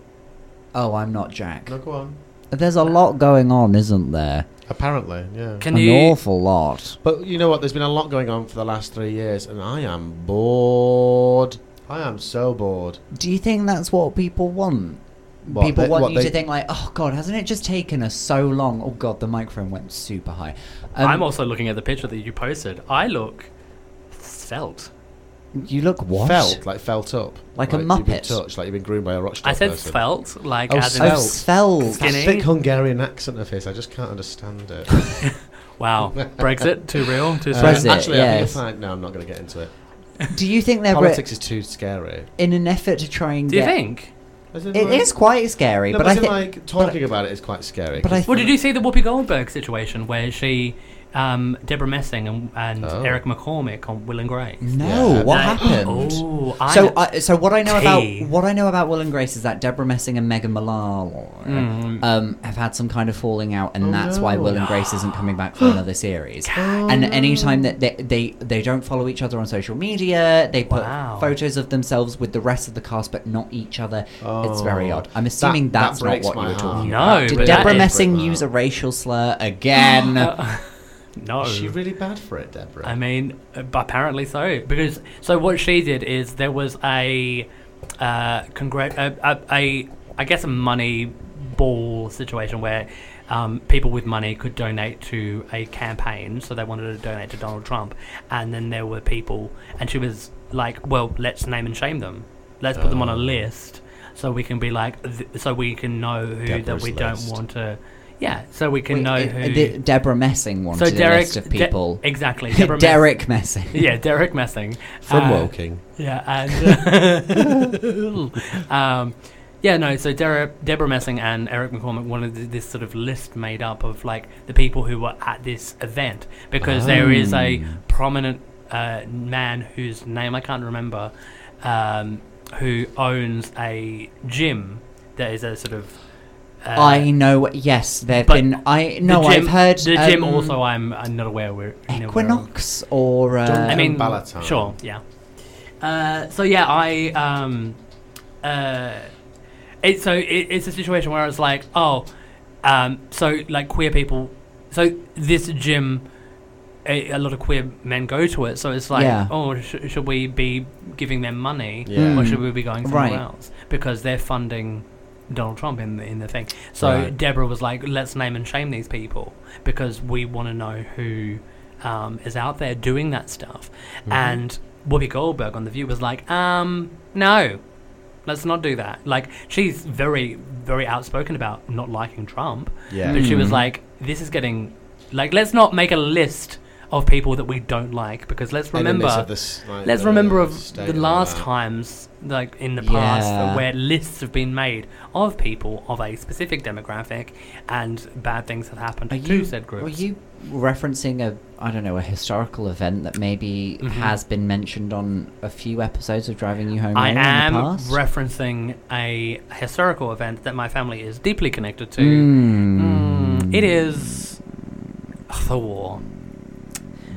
oh, I'm not Jack.
No, go on.
There's a lot going on, isn't there?
Apparently, yeah.
can
An
you.
awful lot.
But you know what? There's been a lot going on for the last three years, and I am bored. I am so bored.
Do you think that's what people want?
What,
people
they-
want
what,
you
they-
to think like, oh god, hasn't it just taken us so long? Oh god, the microphone went super high. Um,
I'm also looking at the picture that you posted. I look felt.
you look washed.
Felt like felt up,
Like a
You've been
Muppet.
touched, like you've been groomed by a rockstar.
I said
person.
felt, like
Oh,
as in.
Oh,
felt.
svelte.
Skin-
That
Skinny.
thick Hungarian accent of his, I just can't understand it.
Wow. Brexit, too real, too
Uh,
soon.
Brexit,
actually, I think
yes.
it's like, no, I'm not going to get into it.
Do you think they're re-
Politics is too scary.
in an effort to try and
Do you
get?
think?
Isn't
It is quite scary,
No,
but
but
I
as in,
think.
like talking about it is quite scary.
but I
'cause
Well, did you see the Whoopi Goldberg situation where she, um, Deborah Messing and, and
Oh.
Eric McCormick on Will and Grace?
no,
Yeah.
what
Like,
happened?
Oh, I,
so, I, so what I know
Tea.
about what I know about Will and Grace is that Deborah Messing and Megan Mullally
Mm.
um, have had some kind of falling out, and
Oh,
that's why
no.
Will and Grace isn't coming back for another series. and anytime that they, they they don't follow each other on social media, they put
Wow.
photos of themselves with the rest of the cast, but not each other. It's very
Oh,
odd. I'm assuming
that
that's not
breaks
what you
my
were talking
No,
about.
but
Did
that
Deborah
is-
Messing use a racial slur again?
no.
Is she really bad for it, Deborah?
I mean, uh, but apparently so. Because so what she did is there was a, uh, congr- a, a, a I guess a money ball situation where um, people with money could donate to a campaign. So they wanted to donate to Donald Trump, and then there were people, and she was like, "Well, let's name and shame them. Let's put them on a
Oh.
list, so we can be like, th- so we can know who that
Deborah's
we
list.
don't want to." Yeah, so we can
Wait,
know
uh,
who.
the- Deborah Messing wanted
so Derek,
a list of
De-
people.
exactly. Deborah Mess-
Derek Messing.
yeah, Derek Messing
From
Uh,
Woking.
Yeah, and uh, um, yeah, no. So Dera- Deborah Messing and Eric McCormick wanted th- this sort of list made up of like the people who were at this event because there is a prominent uh, man whose name I can't remember um, who owns a gym that is a sort of. Uh,
I know. Yes, there've
but
been. I
the
no.
gym-
I've heard
the gym.
um,
Also, I'm, I'm not aware where unaware of.
Equinox or uh,
Duncan
I mean,
Ballatin.
sure, yeah. Uh, so yeah, I um, uh, it, so it, it's a situation where it's like, oh, um, so like queer people, so this gym, a, a lot of queer men go to it, so it's like,
Yeah.
oh, sh- should we be giving them money,
Yeah.
or
Mm.
should we be going somewhere
Right.
else because they're funding. Donald Trump in the, in the thing. So
Right.
Deborah was like, let's name and shame these people because we want to know who um, is out there doing that stuff.
Mm-hmm.
And Whoopi Goldberg on The View was like, um, no, let's not do that. Like, she's very, very outspoken about not liking Trump.
Yeah. Mm-hmm.
But she was
Mm.
like, this is getting, like, let's not make a list of people that we don't like because let's
And then they
remember
said this, like,
Let's
the
remember of
state
the
and all
last
that.
times, like in the past,
Yeah.
where lists have been made of people of a specific demographic, and bad things have happened
Are
to
you,
said groups.
Are you referencing a I don't know a historical event that maybe
Mhm.
has been mentioned on a few episodes of Driving You Home?
I
Alone
am
in the past?
referencing a historical event that my family is deeply connected to.
Mm.
Mm, it is the war.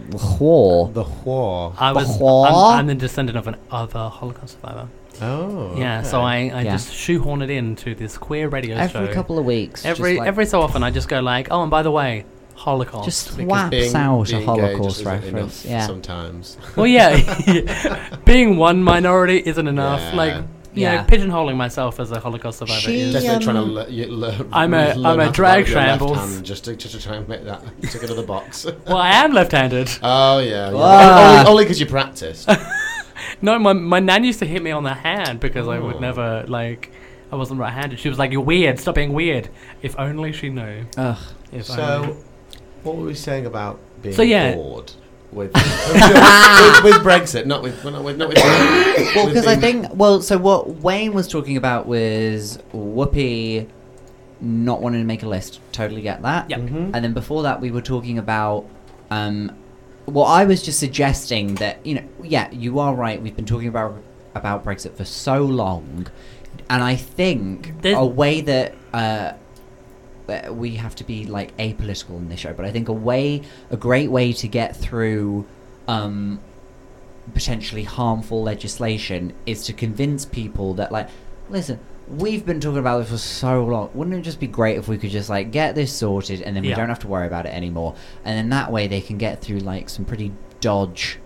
Whore.
The whore.
I
The
was.
war?
I'm, I'm the descendant of an other Holocaust survivor.
Oh.
yeah, so
okay.
I, I
Yeah.
just shoehorn it into this queer radio show.
Every couple of weeks. just
every
like-
every so often I just go like, oh, and by the way, Holocaust.
Just
because-
whack.
Being-
Sounds a
being gay
Holocaust
just isn't
reference,
enough
yeah.
Sometimes.
Well, yeah, being one minority isn't enough.
Yeah.
Like, you
Yeah.
know, pigeonholing myself as a Holocaust survivor
She-
is.
Definitely trying to
um,
le- you le-
I'm a-
learn
I'm a
how to
drag
write with your left
shambles.
hand Just to, just to try and make that tick another box.
Well, I am left-handed.
Oh yeah, yeah.
Ah.
only because you practiced.
No, my my nan used to hit me on the hand because I would
Oh.
never like. I wasn't right-handed. She was like, "You're weird. Stop being weird." If only she knew.
Ugh.
If
so, what were we saying about being
So, yeah.
bored with, with, with Brexit? Not with not with not with.
Well,
well,
because I think well, so what Wayne was talking about was Whoopi not wanting to make a list. Totally get that.
Yep.
And then before that, we were talking about. Um, well, I was just suggesting that you know, yeah, you are right. We've been talking about about Brexit for so long, and I think
There's-
a way that. Uh, uh, we have to be like apolitical in this show, but I think a way, a great way to get through um, potentially harmful legislation is to convince people that like listen we've been talking about this for so long wouldn't it just be great if we could just like get this sorted and then we
Yeah.
don't have to worry about it anymore and then that way they can get through like some pretty dodge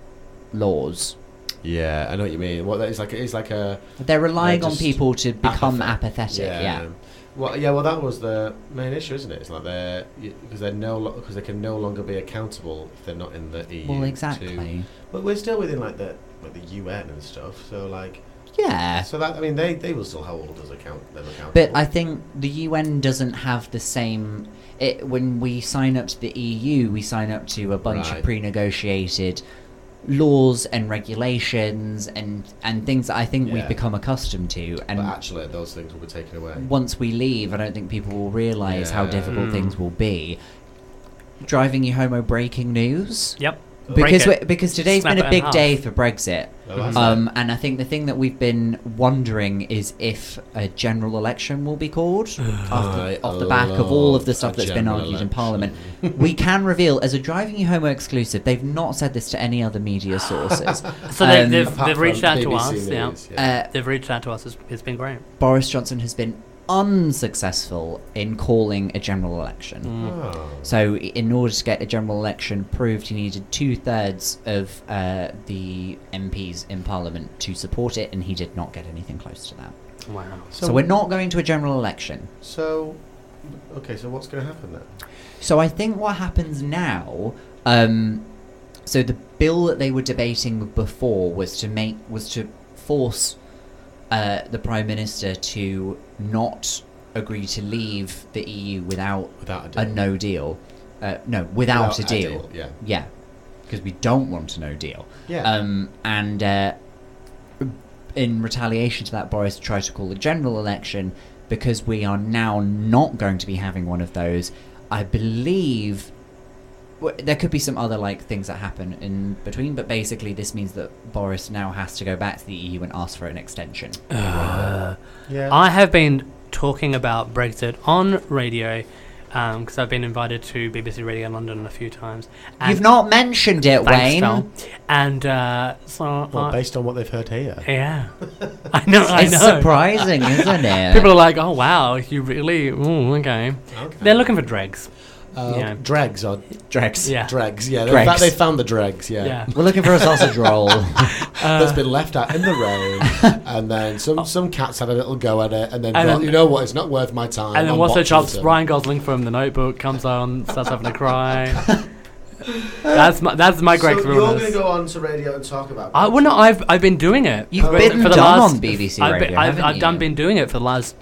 laws
Yeah, I know what you mean. What that is like it's like a
they're relying on
just
people to become
apathy.
apathetic yeah,
Well, yeah. Well, that was the main issue, isn't it? It's like they're because they're no because they can no longer be accountable if they're not in the EU.
well
to-
exactly
but we're still within like the like the UN and stuff. So like,
yeah
so that I mean, they, they will still hold us account them accountable.
But I think the UN doesn't have the same. It, when we sign up to the EU, we sign up to a bunch
Right.
of pre-negotiated laws and regulations and and things that I think
Yeah.
we've become accustomed to. And Mm.
but actually, those things will be taken away.
once we leave, I don't think people will realise how
Yeah.
difficult
Mm.
things will be. Driving you homo breaking news
Yep. Break
because
it.
we, because today's
Snap
been
it
a
in
big
half.
day for Brexit.
Oh, that's it.
Um, and I think the thing that we've been wondering is if a general election will be called off the,
Oh, I
off the back of all of the
love
stuff
a
that's been
general
argued in
election.
Parliament. we can reveal, as a Driving You Homo exclusive, they've not said this to any other media sources.
So they,
Um,
they've,
Apart
they've
from
reached out to
BBC
us. Yeah.
News,
uh,
They've reached out to us. It's, it's been great.
Boris Johnson has been unsuccessful in calling a general election.
Mm.
Oh.
So, i- in order to get a general election proved, he needed two thirds of uh, the MPs in Parliament to support it, and he did not get anything close to that.
Wow.
So, we're not going to a general election.
So, okay. So what's going to happen then?
So, I think what happens now. Um, so, the bill that they were debating before was to make was to force uh, the prime minister to not agree to leave the EU without
Without a deal.
a no deal. Uh, no, without, a deal.
Yeah.
Yeah, because we don't want a no deal.
Yeah.
Um, and uh, in retaliation to that, Boris tried to call a general election because we are now not going to be having one of those. I believe w- there could be some other like things that happen in between, but basically this means that Boris now has to go back to the EU and ask for an extension.
Uh,
yeah.
I have been talking about Brexit on radio because I've been invited to BBC Radio London a few times. And
You've not mentioned it,
Thanks,
Wayne.
Tom. And uh, so,
well,
I-
based on what they've heard here.
yeah, I know. I
It's
know.
surprising, isn't it?
People are like, "Oh wow, you really? Ooh, okay."
Okay.
They're looking for dregs.
Uh,
Yeah.
Dregs or
Drex.
Yeah,
dregs. Yeah,
Dregs.
They, fa- they found the dregs. Yeah,
yeah.
We're looking for a sausage roll. Uh,
that's been left out in the rain, and then
Oh.
some some cats had a little go at it, and then
And
thought,
then-
you know what, it's not worth my time.
And then
I'm
what's her
botching
chops?
it.
Ryan Gosling from The Notebook comes on, starts having a cry. that's my that's my great
So you're going to
realness.
go on to radio and talk about.
Oh,
I well, no, I've I've been doing it.
You've
for-
been
for the
dumb
last-
on BBC
I've been,
Radio,
I've,
haven't
I've done
you?
been doing it for the last.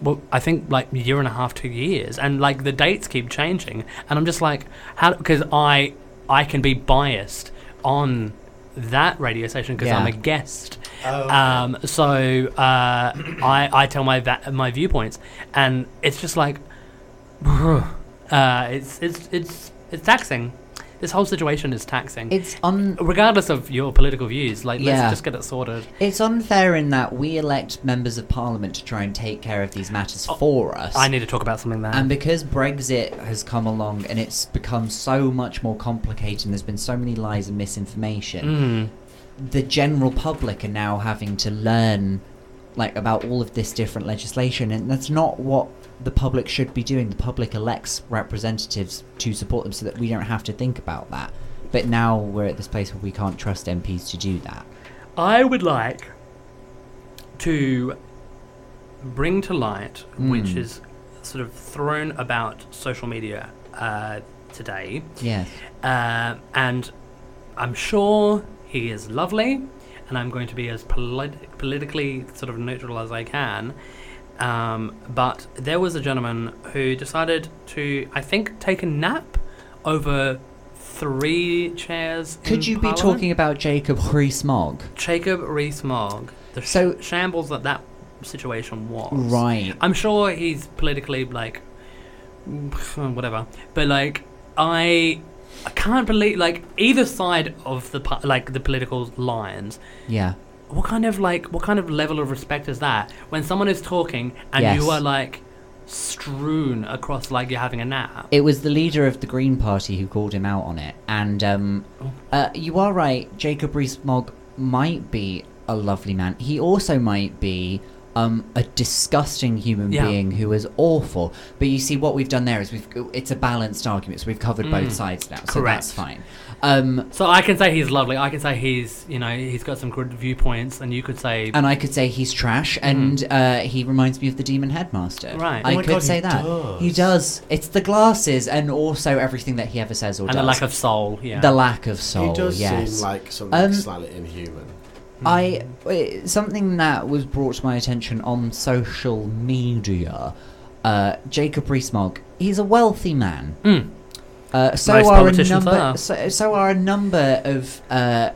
Well, I think like year and a half, two years, and like the dates keep changing, and I'm just like, how? Because I I can be biased on that radio station because I'm
Yeah.
a guest.
Oh, okay.
Um, so uh, I I tell my va- my viewpoints, and it's just like, uh, it's it's it's it's taxing. This whole situation is taxing
it's un-
regardless of your political views, like
Yeah.
let's just get it sorted.
It's unfair in that we elect members of parliament to try and take care of these matters for us.
Oh, I need to talk about something there.
and because Brexit has come along and it's become so much more complicated and there's been so many lies and misinformation,
Mm.
the general public are now having to learn like about all of this different legislation and that's not what the public should be doing. The public elects representatives to support them so that we don't have to think about that. But now we're at this place where we can't trust MPs to do that.
I would like to bring to light, which
Mm.
is sort of thrown about social media uh, today,
Yes.
uh, and I'm sure he is lovely, and I'm going to be as polit- politically sort of neutral as I can. Um, but there was a gentleman who decided to, I think, take a nap over three chairs.
Could
in
you
Mm, Parliament.
be talking about Jacob Rees-Mogg?
Jacob Rees-Mogg? The sh-
So-
shambles that that situation was.
Right.
I'm sure he's politically like whatever, but like I I can't believe like either side of the po- like the political lines.
Yeah.
What kind of like what kind of level of respect is that when someone is talking and
Yes.
you are like strewn across like you're having a nap.
It was the leader of the Green Party who called him out on it. And um,
Oh.
uh, you are right, Jacob Rees-Mogg might be a lovely man. He also might be um, a disgusting human
Yeah.
being who is awful. But you see, what we've done there is we've it's a balanced argument. So we've covered both sides now. So
Mm. Correct.
that's fine. Um,
So I can say he's lovely. I can say he's, you know, he's got some good viewpoints, and you could say,
and I could say he's trash, and uh, he reminds me of the Demon Headmaster.
Hmm. Right.
I
Oh my
could
God, he
say that.
does.
He does. It's the glasses, and also everything that he ever says or
and
does.
the lack of soul. Yeah.
the lack of soul.
he does
yes.
seem like something
Um,
slightly inhuman.
I uh, something that was brought to my attention on social media. Uh, Jacob Rees-Mogg. He's a wealthy man.
Mm.
Uh, so
Most
are a
politicians
number.
are.
So, so are a number of uh,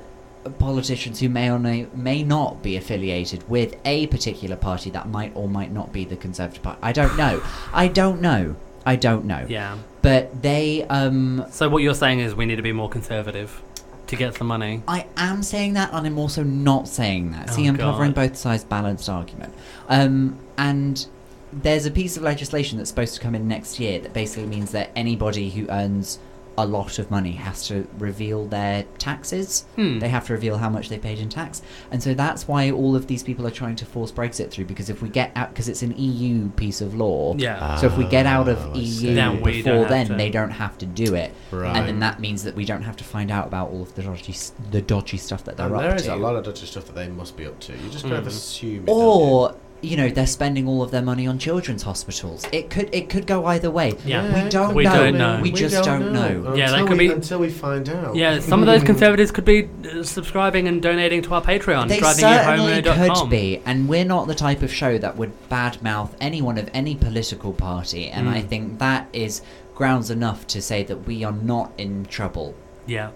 politicians who may or may, may not be affiliated with a particular party that might or might not be the Conservative Party. I don't know. I don't know. I don't know.
Yeah.
But they um,
So what you're saying is we need to be more conservative to get some money.
I am saying that, and I'm also not saying that. See,
Oh,
I'm covering
God.
both sides, balanced argument. Um, and there's a piece of legislation that's supposed to come in next year that basically means that anybody who earns a lot of money has to reveal their taxes.
Hmm.
They have to reveal how much they paid in tax, and so that's why all of these people are trying to force Brexit through. Because if we get out, because it's an EU piece of law,
Yeah.
so if we get out
Oh,
of
I see.
EU
Then we don't
before
have
then,
to.
they don't have to do it,
Right.
and then that means that we don't have to find out about all of the dodgy, s- the dodgy stuff that they're
And
up
there is
to. Hmm.
a lot of dodgy stuff that they must be up to. You just kind of
Mm.
assume. it, don't you?
or you know, they're spending all of their money on children's hospitals. It could, it could go either way.
Yeah.
we don't
We
know.
don't know.
We, just don't, know. Hmm.
Yeah, that
until
could
we,
be-
until we find out.
Yeah, some of those conservatives could be uh, subscribing and donating to our Patreon,
They certainly
drivingyourhomo.com.
could be, and we're not the type of show that would badmouth anyone of any political party, and I
Hmm.
Mm.
think that is grounds enough to say that we are not in trouble
Yeah.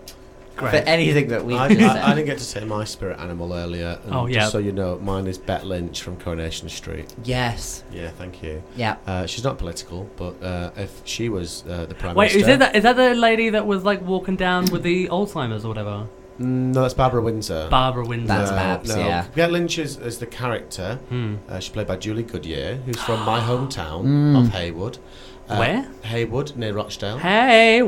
for
Great.
anything that we have
I, did,
just
I, I
said.
didn't get to say my spirit animal earlier. and
Oh, yeah.
Just so you know, mine is Bet Lynch from Coronation Street.
Yes.
Yeah, thank you.
Yeah.
Uh, she's not political, but uh, if she was uh, the prime
Wait,
minister,
is that, the, is that the lady that was like walking down with the Alzheimer's or whatever?
Mm, no, that's Barbara Windsor.
Barbara Windsor.
That's
no,
Babs,
no.
yeah.
Bette Lynch is, is the character.
Hmm.
Uh, she's played by Julie Goodyear, who's from my hometown
Mm.
of Haywood. Uh,
Where?
Haywood, near Rochdale.
Hey.
Hey,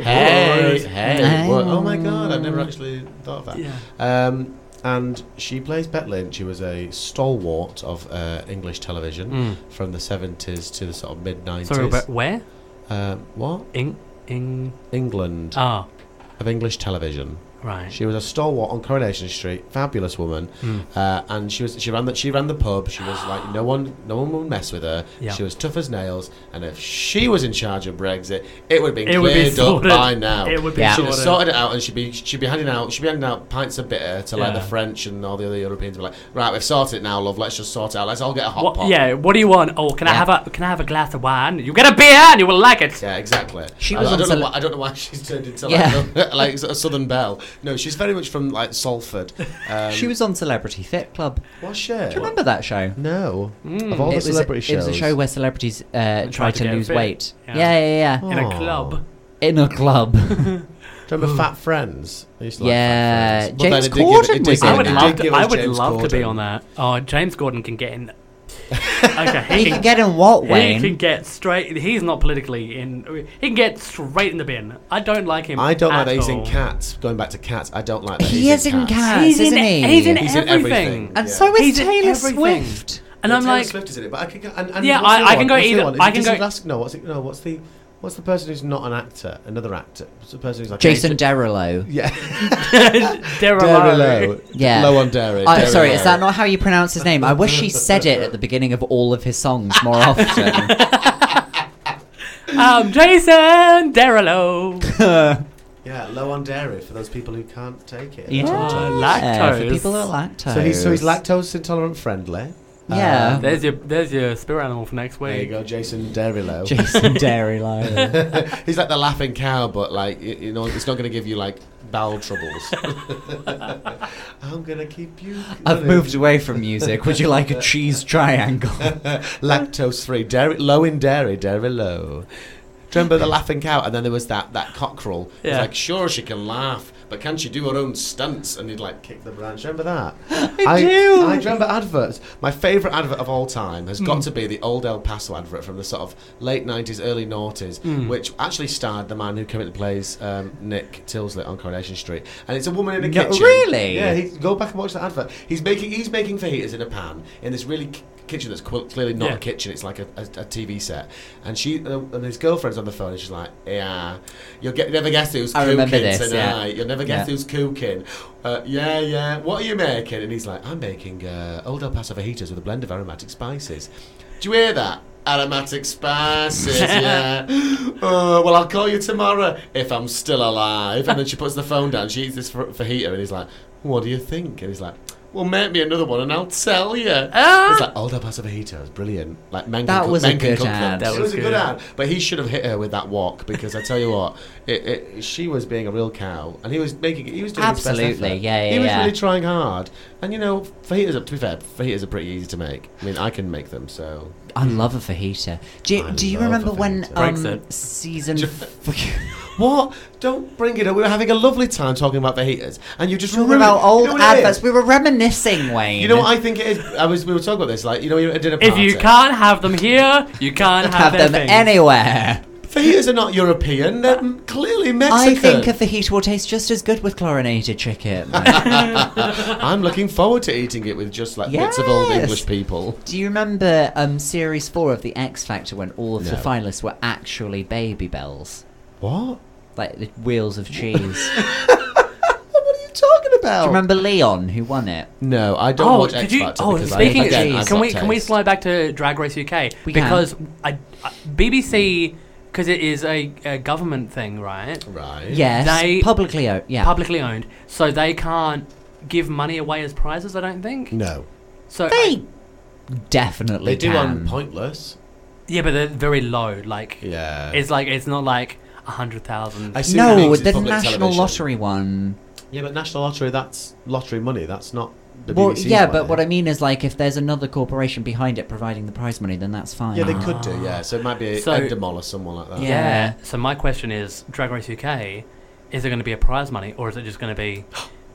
what?
hey, what- Oh my
Hey.
god, I've never actually thought of that.
Yeah.
Um, and she plays Bet Lynch, who was a stalwart of uh, English television
Mm.
from the 70s to the sort of mid 90s.
Sorry, but where?
Um, what?
In in
England
ah
of English television.
right.
She was a stalwart on Coronation Street, fabulous woman,
Mm.
uh, and she was she ran the she ran the pub. She was like no one no one would mess with her.
Yeah.
She was tough as nails, and if she was in charge of Brexit, it would have been
It would be
cleared up
sorted.
by now.
It would be
Yeah.
She'd have
sorted.
sorted it out, and she'd be she'd be handing out she'd be handing out pints of bitter to like
Yeah.
the French and all the other Europeans. Were like, right, we've sorted it now, love. Let's just sort it out. Let's all get a hot pot.
What, yeah. What do you want? Oh, can I
Yeah.
have a can I have a glass of wine? You get a beer and you will like it.
Yeah, exactly.
She
I,
was
I
on
don't know
tele-
why, I don't know why she's turned into
Yeah.
like, a, like a Southern Belle. No, she's very much from like Salford. Um,
she was on Celebrity Fit Club. Do
was she?
you remember that show?
No.
Mm.
Of all
Hmm. it, was
the
a,
celebrity
it
shows.
was a show where celebrities uh, try
tried
to,
to get
lose
fit.
weight. Yeah,
Yeah.
yeah, yeah.
In a
Oh.
club.
In a club.
Do you remember Fat Friends? I used to like
Hmm. Yeah,
Fat Friends. But
James
then it did give-
Corden
it did
was
give-
in
I would
it
that.
did
love to.
give
I
us
would
James
love to be
Corden.
on that. Oh, James Gordon can get in. Okay,
he can get in what,
He can
Wayne?
get straight. He's not politically in. He can get straight in the bin. I don't like him.
I don't like
at
that he's in
all.
Cats. Going back to Cats, I don't like that
He
he's
is in Cats,
He's in.
isn't he?
He's in
He's in everything.
everything.
and
Yeah.
so is
He's in
Taylor
everything.
Swift.
And
Yeah,
I'm
Taylor
like,
Swift is in it, but I can go. And, and
Yeah,
what's
I-
the other
I can
one?
go
What's the
either-
other one? Is
I
it
can
Disney
go-
Last- no, what's it? No, what's the what's the person who's not an actor? Another actor. What's the person who's like an
Jason
agent?
Derulo.
Yeah,
Derelict.
Yeah.
Low on dairy.
Uh,
Dairy
sorry,
Low.
is that not how you pronounce his name? I wish he said it at the beginning of all of his songs more often.
I'm Um, Jason Derulo.
Yeah, low on dairy for those people who can't take it.
Yeah.
Lactose.
for people who are lactose.
So he's so he's lactose intolerant friendly.
Yeah.
Um,
There's your there's your spirit animal for next
there you
week.
go, Jason Derulo.
Jason Derulo.
He's like the laughing cow, but like y- you know, it's not going to give you like bowel troubles. I'm gonna keep you.
I've moved away from music. Would you like a cheese triangle?
lactose free, dairy low in dairy, dairy low. Do you remember the laughing cow? And then there was that that cockerel. It was
Yeah.
like, sure, she can laugh, but can she do her own stunts? And he'd like kick the branch. Remember that?
I do. Hmm.
I remember adverts. My favourite advert of all time has got to be the old El Paso advert from the sort of late 90s, early noughties,
Hmm.
which actually starred the man who currently plays um, Nick Tilsley on Coronation Street. And it's a woman in a
No,
kitchen.
really?
Yeah, he, go back and watch that advert. He's making he's making fajitas in a pan in this really k- kitchen that's qu- clearly not
Yeah.
a kitchen. It's like a, a, a TV set. And she uh, and his girlfriend's on the phone and she's like, "Yeah, you'll get never guess who's
I
cooking
remember this, yeah.
tonight. You'll never guess
Yeah.
who's cooking. Uh, yeah, yeah. What are you making?" And he's like, "I'm making uh, old El Paso fajitas with a blend of aromatic spices." Do you hear that? Aromatic spices, yeah. Oh, well, I'll call you tomorrow if I'm still alive. And then she puts the phone down. She eats this fa- fajita, and he's like, "What do you think?" And he's like, "Well, make me another one, and I'll tell you."
Ah.
It's like Old El Paso fajitas, brilliant. Like men
Oh. That
can cook-
was a
men can
good
cook
ad.
them.
That was
It was a good
good.
ad, but he should have hit her with that walk because I tell you what, it, it, she was being a real cow, and he was making he was doing his best
Absolutely,
effort.
yeah, yeah,
He was
yeah.
really trying hard, and you know, fajitas. are- To be fair, fajitas are pretty easy to make. I mean, I can make them, so
I love a fajita. Do you,
I
do you
love a
remember when
fajita.
um,
Brexit.
season? f-
What? Don't bring it up. We were having a lovely time talking about fajitas, and you just
talking
ruined-
about
you
old
know what it is?
adverts. We were reminiscing, Wayne.
You know what I think it is? I was we were talking about this, like you know, you're at a dinner
If
party.
you can't have them here, you can't have,
have them
things.
anywhere.
fajitas are not European. They're m- clearly Mexican.
I think a fajita will taste just as good with chlorinated chicken.
I'm looking forward to eating it with just like bits of old
Yes.
English people.
Do you remember um, series four of the X Factor when all of the
No.
finalists were actually baby bells,
What?
like the wheels of cheese?
What are you talking about?
Do you remember Leon who won it?
No, I don't
Oh,
watch
did
X
you?
Factor.
Oh,
because
speaking.
I, again,
Jeez.
I've
can
got
we can we
taste.
slide back to Drag Race UK
We can.
because I, I, BBC because it is a, a government thing, right?
Right.
Yes,
They-
publicly owned. Yeah,
Publicly owned, so they can't give money away as prizes. I don't think.
No.
So
they definitely
They do
can.
on Pointless.
yeah, but they're very low. Like
Yeah.
it's like it's not like a hundred thousand.
I see what you mean,
No,
'cause it's
the
public
national
television.
lottery one.
Yeah, but national lottery. That's lottery money. That's not the
Well,
BBC's
yeah, but
money.
what I mean is, like, if there's another corporation behind it providing the prize money, then that's fine.
Yeah, they could do. Yeah, so it might be
So-
Endemol or someone like that.
Yeah.
Yeah. So my question is, Drag Race UK, is there going to be a prize money, or is it just going to be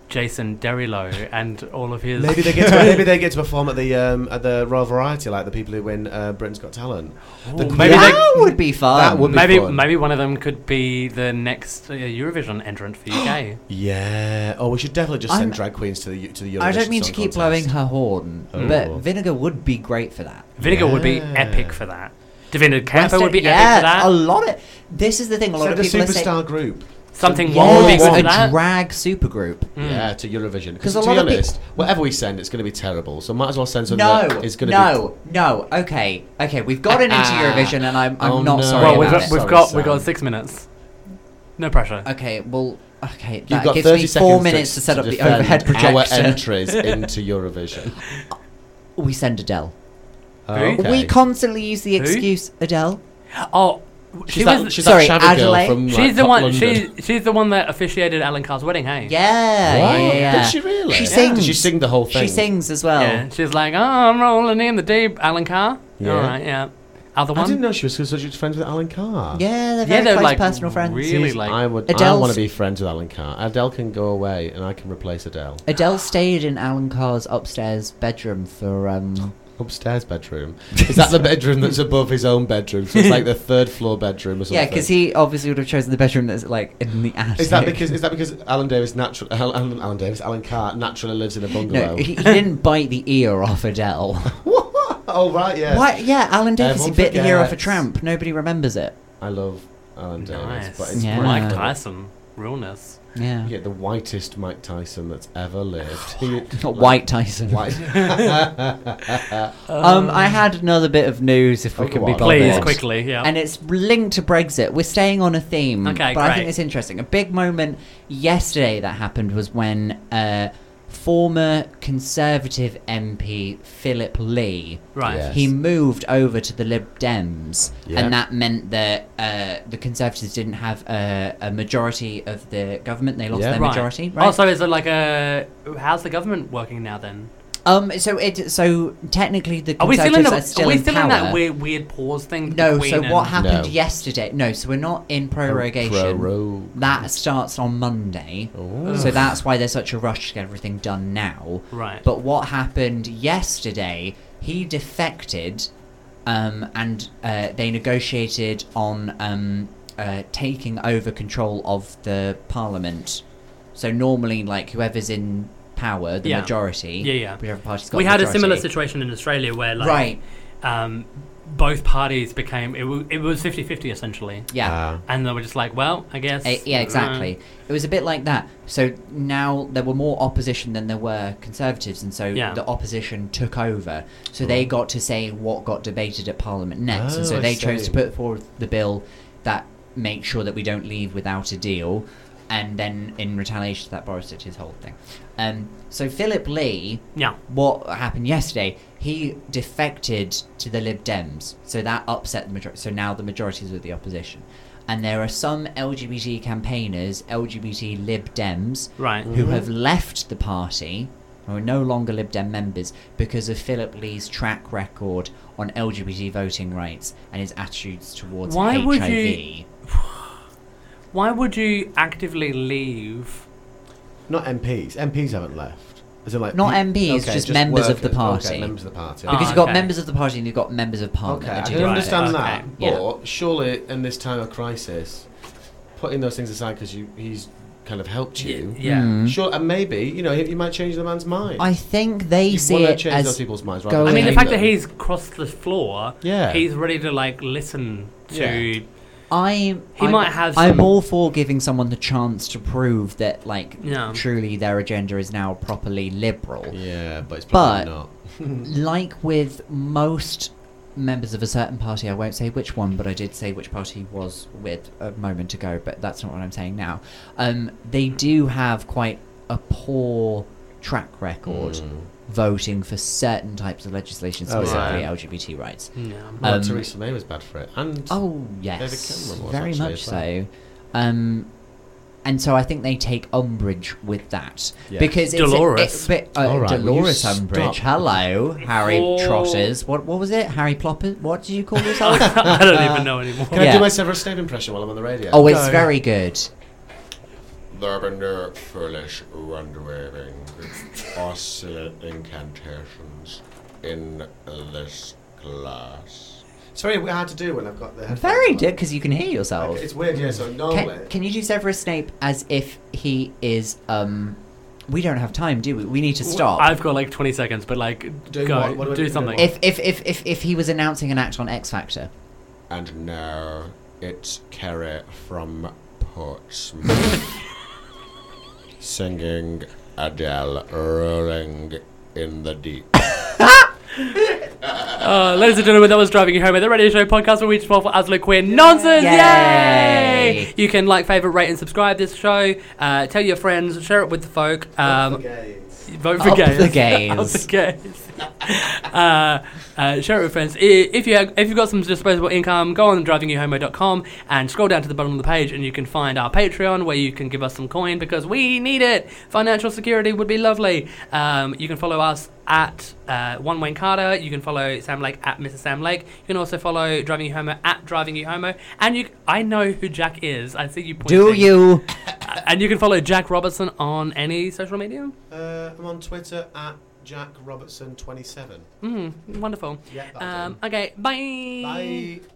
Jason Derulo and all of his?
Maybe they get to, maybe they get to perform at the um, at the Royal Variety, like the people who win uh, Britain's Got Talent.
Ooh,
The-
maybe
yeah.
they-
that would be fun.
That would be
maybe
fun.
maybe one of them could be the next uh, Eurovision entrant for UK.
Yeah. Oh, we should definitely just send
I'm-
drag queens to the to the Eurovision
I don't mean to
Song
keep
Contest.
blowing her horn,
Oh.
but vinegar would be great for that.
Vinegar would be
Yeah.
epic for that. Davina Camper would be
yeah,
epic for that.
a lot of this is the thing. A lot
Send a
of people are saying,
superstar group.
Something
Yeah.
wrong would be
yes,
good for
a
that.
drag supergroup.
Mm.
Yeah, to Eurovision.
'Cause
Because
a lot
to be
of peop-
honest, whatever we send, it's going to be terrible. So might as well send something
No,
that is going to
no, no. Okay, okay. We've gotten into
Ah.
Eurovision, and I'm, I'm
Oh,
not
no.
sorry
Well, we've
about
got,
it.
we-
we've
Sorry,
got we've
Sam.
got six minutes. No pressure.
okay, well, okay.
be. You've
That
got
gives
30
me
seconds
four minutes to set up the
defend
overhead
Our
projection.
entries into Eurovision.
We send Adele.
Okay.
We constantly use the excuse Adele.
Oh, she
She's that,
was.
she's
sorry,
that shabby
Adelaide.
girl from
she's
like,
the
Pop
one.
London.
She's she's the one that officiated Alan Carr's wedding. Hey.
Yeah,
What?
yeah, yeah.
Did she really?
She
Yeah. Did she
sings.
sing the whole thing?
She sings as well.
Yeah, she's like, oh, I'm rolling in the deep, Alan Carr.
Yeah.
All right, yeah. Other
I
one?
didn't know she was such good friends with Alan Carr.
Yeah, they're
yeah,
very
they're
close
like
personal friends.
Really like.
I would. I
Adele's-
want to be friends with Alan Carr. Adele can go away, and I can replace Adele.
Adele stayed in Alan Carr's upstairs bedroom for um
Upstairs bedroom. Is that the bedroom that's above his own bedroom? So it's like the third floor bedroom or something.
yeah, because he obviously would have chosen the bedroom that's like in the attic.
Is that because is that because Alan Davis natural Alan, Alan Davis Alan Carr naturally lives in a
no?
bungalow?
He, he didn't bite the ear off Adele.
oh right, yeah.
Why? Yeah, Alan Davis. he bit
Everyone
the ear off a
forgets.
tramp. Nobody remembers it.
I love Alan Davis,
nice.
but it's
Yeah.
quite
Mike
funny.
Tyson. Realness.
Yeah,
Yeah, the whitest Mike Tyson that's ever lived. He-
not White Tyson.
White.
Um, I had another bit of news if we
Oh,
can
go
be
on.
bothered.
Please,
Bob.
quickly, yeah.
And it's linked to Brexit. We're staying on a theme,
Okay,
but I think
great.
it's interesting. A big moment yesterday that happened was when uh, former Conservative MP Philip Lee
right.
Yeah.
he moved over to the Lib Dems,
Yeah.
and that meant that uh, the Conservatives didn't have a, a majority of the government. They lost
Yeah.
their
Right.
majority, right?
Oh, so is it like a. How's the government working now then?
Um. So it. So technically, the
Are we still in, the,
Conservatives are still
are we
in
still
power.
in that weird, weird pause thing?
No.
between
So
and-
what happened
No.
yesterday? No. So we're not in prorogation.
Prorog-
that starts on Monday.
Oh.
So that's why there's such a rush to get everything done now.
Right.
But what happened yesterday? He defected, um, and uh, they negotiated on um, uh, taking over control of the parliament. So normally, like whoever's in power, the
Yeah.
majority,
Yeah, yeah.
whichever party's got
we
the
had a
majority.
similar situation in Australia where, like,
right?
um, both parties became it, w- it was 50-50 essentially,
Yeah.
Ah.
and they were just like, well, I guess,
Eh, yeah, exactly. It was a bit like that. So now there were more opposition than there were conservatives, and so
Yeah.
the opposition took over. So they got to say what got debated at Parliament next, and
Oh,
so
I
they chose
see.
to put forward the bill that makes sure that we don't leave without a deal. And then, in retaliation to that, Boris did his whole thing. Um, so Philip Lee,
uh, yeah,
what happened yesterday? He defected to the Lib Dems, so that upset the majority. So now the majority is with the opposition, and there are some LGBT campaigners, LGBT Lib Dems,
right,
who have left the party, who are no longer Lib Dem members, because of Philip Lee's track record on LGBT voting rights and his attitudes towards
Why
HIV.
would you- Why would you actively leave?
Not MPs. MPs haven't left. Is it like
Not
pe-
MPs, just members of the
workers.
party.
Okay, members of the party.
Because
Ah,
you've got
okay.
members of the party and you've got members of Parliament.
okay, I
that do
can
different
understand
things.
that.
okay,
yeah.
But surely in this time of crisis, putting those things aside because he's kind of helped you.
yeah,
Mm.
Sure, and maybe you know you might change the man's mind.
I think they
you
see
wanna
it
change those
as
people's minds. Right?
going-
I mean, the
Hate
fact that he's crossed the floor,
Yeah.
he's ready to like listen to.
I.
He
I'm-
might have
I'm
some-
all for giving someone the chance to prove that, like,
Yeah.
truly their agenda is now properly liberal.
yeah, but it's
But-
probably not.
Like with most members of a certain party, I won't say which one, but I did say which party he was with a moment ago. But that's not what I'm saying now. Um, they do have quite a poor track record
Mm.
voting for certain types of legislation,
Oh, yeah.
specifically LGBT rights.
Yeah.
Well,
Um,
Theresa May was bad for it, and
Oh
David
yes,
Cameron was
very
actually
much
as well.
so. Um, and so I think they take umbrage with that
Yeah.
because it's,
Dolores.
It, but, uh,
All right, will you
Dolores
stop?
Umbridge. Hello, Harry
Oh.
Trotters. What what was it? Harry Plopper. What did you call yourself?
I don't even know anymore.
can I
yeah.
do my Severus Snape impression while I'm on the radio?
oh, it's very good.
Lavender, foolish, wandering, oscillate incantations in this glass.
It's very hard to do when I've got the headphones
Very
on.
good because you can hear yourself.
Okay, It's weird, yeah. So normally,
Can, can you do Severus Snape as if he is? Um, we don't have time, do we? We need to stop.
I've got like 20 seconds, but like,
Do
go,
what? What do I
do
do?
something.
if, if if if if he was announcing an act on X Factor.
And now it's Kerry from Portsmouth singing Adele rolling in the deep.
Uh, ladies and gentlemen, that was Driving You Home at the Radio Show podcast where we just fall for absolute queer nonsense. Yay!
Yay!
You can like, favorite, rate, and subscribe this show. Uh, tell your friends, share it with the folk. Um, vote for
Up
gays.
the gays.
Up the gays. uh, uh, share it with friends. I- If you have, if you've got some disposable income, go on drivingyouhomo.com and scroll down to the bottom of the page, and you can find our Patreon where you can give us some coin because we need it. Financial security would be lovely. Um, you can follow us at uh, One Wayne Carter. You can follow Sam Lake at Mrs Sam Lake. You can also follow Driving You Homo at Driving You Homo. And you, I know who Jack is. I see you. Pointing.
Do you?
And you can follow Jack Robertson on any social media.
Uh, I'm on Twitter at Jack Robertson27.
Mm, wonderful.
Yeah, that'll
Um, okay, bye.
Bye.